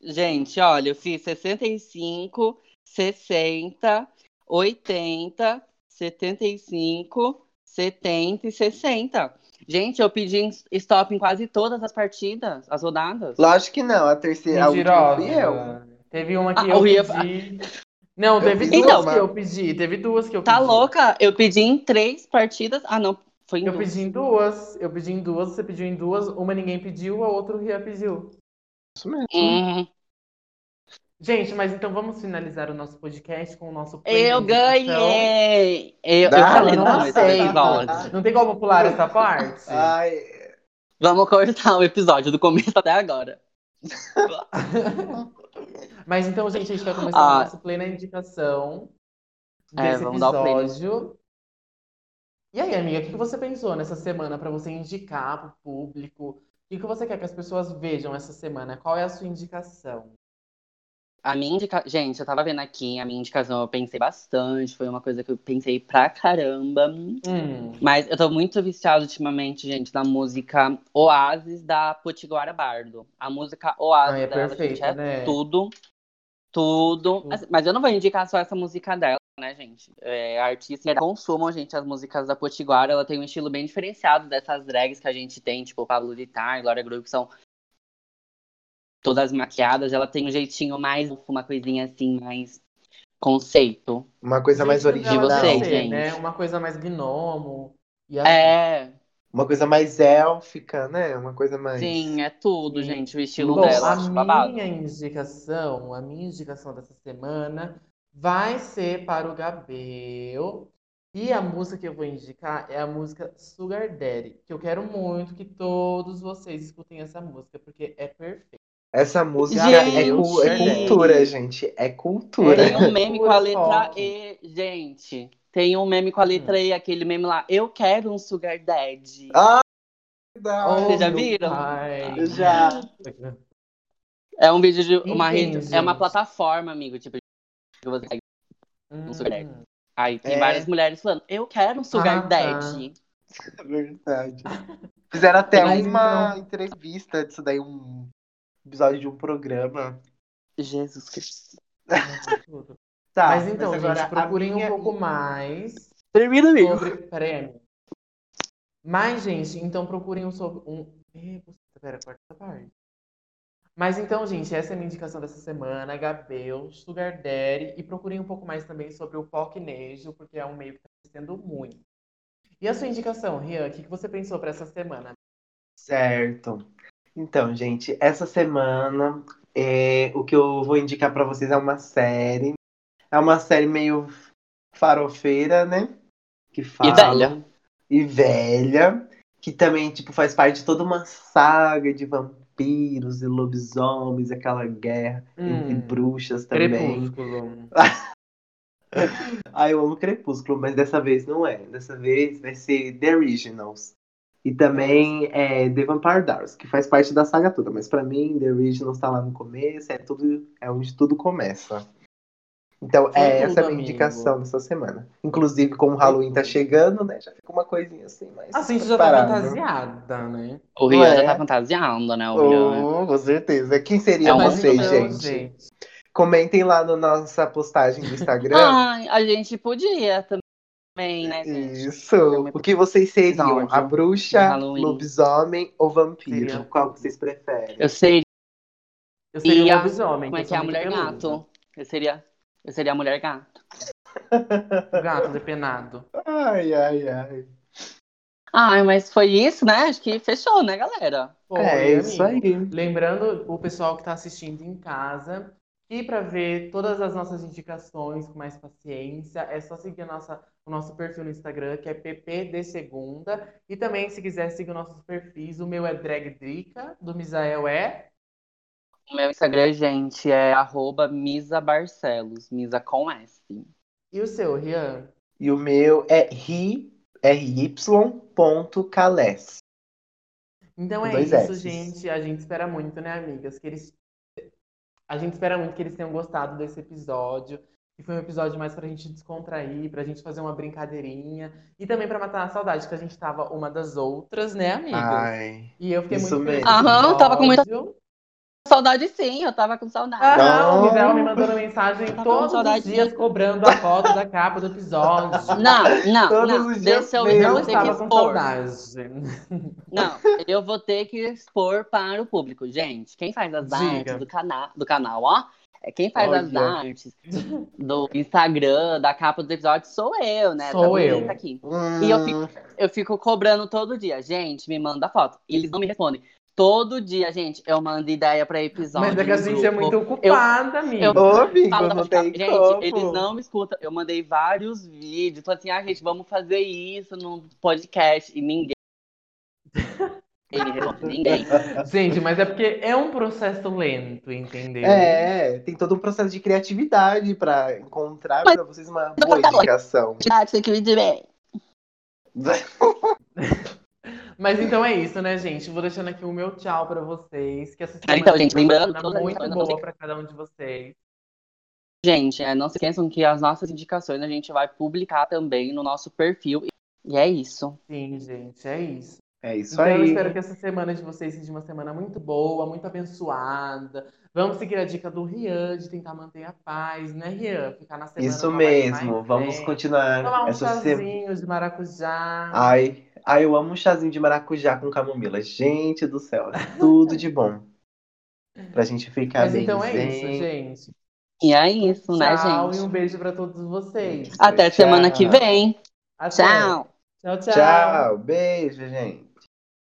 C: Gente, olha, eu fiz 65, 60, 80, 75, 70 e 60. Gente, eu pedi em- stop em quase todas as partidas, as rodadas.
A: Lógico que não, a terceira, a última
B: Mentirosa.
A: fui eu.
B: Teve uma que
C: Ah,
B: eu
C: eu ia-
B: pedi. Não, teve
A: pedi
B: duas
C: Então,
B: que eu pedi. Teve duas que eu
C: Tá
B: pedi.
C: louca? Eu pedi em três partidas. Ah, não, foi em
B: Eu
C: duas.
B: pedi em duas. Eu pedi em duas, você pediu em duas. Uma ninguém pediu, a outra o Ria pediu.
A: Isso mesmo.
C: Hum,
B: Gente, mas então vamos finalizar o nosso podcast com o nosso play
C: eu
B: de indicação.
C: ganhei! Eu, eu
A: Dá,
C: falei,
A: não
C: não, esse
A: sei.
C: daí volta.
B: Não tem como pular essa parte?
A: Ah, Ai,
C: Vamos cortar o episódio do começo até agora.
B: Mas então, gente, a gente vai começar
C: Ah.
B: o nosso play na indicação
C: É,
B: desse
C: vamos dar o play, né?
B: episódio. E aí, amiga, o que que você pensou nessa semana para você indicar para o público? O que que você quer que as pessoas vejam essa semana? Qual é a sua indicação?
C: A minha indicação. Gente, eu tava vendo aqui, a minha indicação eu pensei bastante, foi uma coisa que eu pensei pra caramba.
B: Hum,
C: Mas eu tô muito viciado ultimamente, gente, na música Oasis da Potiguara Bardo. A música Oasis
B: ai, é
C: dela,
B: perfeito,
C: gente, é
B: né?
C: tudo, tudo.
B: Tudo.
C: Assim, mas eu não vou indicar só essa música dela, né, gente? É, a artista ela consumam, gente, as músicas da Potiguara. Ela tem um estilo bem diferenciado dessas drags que a gente tem, tipo Pablo Vittar, Glória Groove, que são todas maquiadas. Ela tem um jeitinho mais, uma coisinha assim, mais conceito.
A: uma coisa mais
B: Gente, mas ela
A: original.
C: De vocês,
B: tem,
C: gente.
B: né? Uma coisa mais gnomo. E assim.
C: É,
A: Uma coisa mais élfica, né? Uma coisa mais.
C: sim, é tudo,
B: Sim.
C: gente, o estilo
B: Bom,
C: dela.
B: a
C: acho babado.
B: minha indicação, a minha indicação dessa semana vai ser para o Gabriel. E a música que eu vou indicar é a música Sugar Daddy, que eu quero muito que todos vocês escutem essa música, porque é perfeita.
A: Essa música
C: Gente!
A: é, cu- é cultura, gente. É cultura.
C: Tem um meme com a letra
B: Pop.
C: E, gente. Tem um meme com a letra E, aquele meme lá. Eu quero um sugar daddy.
A: Ah,
C: Vocês já
B: meu
C: viram?
B: pai.
A: Já.
C: É um vídeo de uma
B: Enfim,
C: rede, é uma
B: gente.
C: plataforma, amigo, tipo que você segue.
B: Hum.
C: sugar daddy. Aí tem
A: É.
C: várias mulheres falando: "Eu quero um sugar
B: Ah, tá.
C: daddy".
A: É Verdade. Fizeram até
B: Mas então-
A: uma entrevista disso daí, um episódio de um programa.
C: Jesus Cristo.
A: [LAUGHS] Tá,
B: Uhum. Mas então,
A: agora
B: gente,
A: a
B: procurem um
A: minha-
B: pouco mais.
C: Termina, amigo.
B: sobre prêmio. Mas, gente, então procurem um sobre. Um... Ih, puta, Pera, corta essa parte. Mas então, gente, essa é a minha indicação dessa semana, Gabriel, Sugar Daddy, e procurem um pouco mais também sobre o pocnejo, porque é um meio que está crescendo muito. E a sua indicação, Rian, o que que você pensou para essa semana?
A: Certo. Então, gente, essa semana é, o que eu vou indicar pra vocês é uma série. É uma série meio farofeira, né? Que fala.
C: velha.
A: E velha. Que também, tipo, faz parte de toda uma saga de vampiros e lobisomens, aquela guerra entre bruxas também.
B: Hum. Crepúsculo.
A: Ah, eu amo Crepúsculo, mas dessa vez não é. Dessa vez vai ser The Originals. E também é, The Vampire Diaries, que faz parte da saga toda. Mas pra mim, The Originals tá lá no começo, é, tudo, é onde tudo começa. Então,
B: Tem
A: é, essa é a
B: tudo,
A: minha
B: amigo.
A: indicação dessa semana. Inclusive, como o Halloween tá
B: tudo.
A: chegando, né? Já fica uma coisinha assim, mas.
B: Assim, você já tá
A: separada.
B: fantasiada, né?
C: O Rian
A: Ué.
C: já tá fantasiando, né, o Rian?
A: Oh, com certeza. Quem seriam
C: É uma
A: um vocês,
C: opção,
B: então,
A: gente? Comentem lá na nossa postagem do
B: [LAUGHS]
A: Instagram.
C: Ai, a gente podia também, né, gente?
A: Isso. O que vocês seriam?
C: Episódio
A: A bruxa,
C: Halloween.
A: lobisomem ou vampiro?
B: Seria.
A: Qual que vocês preferem?
C: Eu sei
B: Eu seria
C: E
B: um
C: a-
B: lobisomem.
C: como é
B: eu
C: que
B: sou
C: é a
B: muito
C: mulher
B: peluda.
C: gato. Eu seria, eu seria a mulher gato.
B: O gato depenado.
A: É, Ai, ai,
C: É
A: ai.
C: Ai, mas foi isso, né? Acho que fechou, né, galera?
B: Foi,
A: é
B: amigo.
A: isso aí.
B: Lembrando o pessoal que está assistindo em casa que para ver todas as nossas indicações com mais paciência é só seguir a nossa, o nosso perfil no Instagram, que é PPD Segunda. E também, se quiser, siga os nossos perfis. O meu é Drag Drica, do Misael é.
C: O meu Instagram, gente, é arroba Misa Barcelos, Misa com S.
B: E o seu, Rian?
A: E o meu é ri ry.cales.
B: Então é
A: Dois
B: isso,
A: S's.
B: gente. A gente espera muito, né, amigas? Que eles. A gente espera muito que eles tenham gostado desse episódio. Que foi um episódio mais pra gente descontrair, pra gente fazer uma brincadeirinha. E também pra matar a saudade, que a gente tava uma das outras, né, amigas?
A: Ai.
B: e eu fiquei
A: isso
B: muito feliz.
A: mesmo.
B: com esse
C: Aham, eu tava com muita
B: episódio.
C: Saudade sim, eu tava com saudade.
B: Aham, o
A: Não.
B: Vidal me mandando mensagem
C: Tava com
B: todos os
C: saudade.
B: dias cobrando a foto da capa do episódio.
C: Não, não,
A: Todos
C: não.
A: os
C: Deu
A: dias
C: seu,
A: mesmo.
C: eu
B: Eu
C: vou ter que
B: estava com
C: expor.
B: saudade.
C: Não, eu vou ter que expor para o público. Gente, quem faz as
B: Diga.
C: artes do, cana do canal, ó. é Quem faz as
B: Olha.
C: artes do Instagram, da capa dos episódios, sou eu, né?
B: Sou eu.
C: bonita Aqui. E eu
A: Hum.
C: fico- Eu fico cobrando todo dia. Gente, me manda foto. Eles não me respondem. Todo dia, gente, eu mando ideia para episódio.
B: Mas é que a
C: no
B: gente é
C: grupo.
B: muito ocupada, amiga.
C: eu-
A: Ô, amigo,
C: Fala da
A: não
C: Pascal.
A: tem
C: Gente,
A: como.
C: eles não me escutam. Eu mandei vários vídeos. Falei assim, ah, gente, vamos fazer isso num podcast. E [LAUGHS] ninguém. Ele responde, ninguém.
B: Gente, mas é porque é um processo lento, entendeu?
A: É, tem todo um processo de criatividade pra encontrar pra vocês uma boa
C: tá bom.
A: indicação.
C: Ah, tem que me dizer.
B: Mas então é isso, né, gente? Vou deixando aqui o meu tchau pra vocês. Que essa
C: Ah,
B: semana
C: então, gente,
B: foi uma
C: lembrando,
B: semana
C: toda
B: muito
C: semana
B: boa
C: tem-
B: pra cada um de vocês.
C: Gente, é, não se esqueçam que as nossas indicações a gente vai publicar também no nosso perfil. E é isso.
B: Sim, gente, é isso.
A: É isso
B: então eu
A: aí.
B: espero que essa semana de vocês seja uma semana muito boa, muito abençoada. Vamos seguir a dica do Rian de tentar manter a paz, né, Rian? Ficar na semana.
A: Isso
B: uma vibe
A: mesmo,
B: mais
A: vamos
B: leve. Tomar
A: continuar
B: um
A: essa Ah, semana.
B: chazinho de maracujá.
A: Ai, ai, eu amo um chazinho de maracujá com camomila. Gente do céu, é tudo de bom. Pra gente ficar
B: Mas
A: bem
B: então é
A: zen.
B: isso, gente.
C: E é isso, né,
B: Tchau e
C: gente?
B: um beijo pra todos vocês.
C: Até semana que
A: Tchau.
C: vem.
B: Até.
C: Tchau.
B: Tchau, tchau.
A: Tchau, beijo, gente.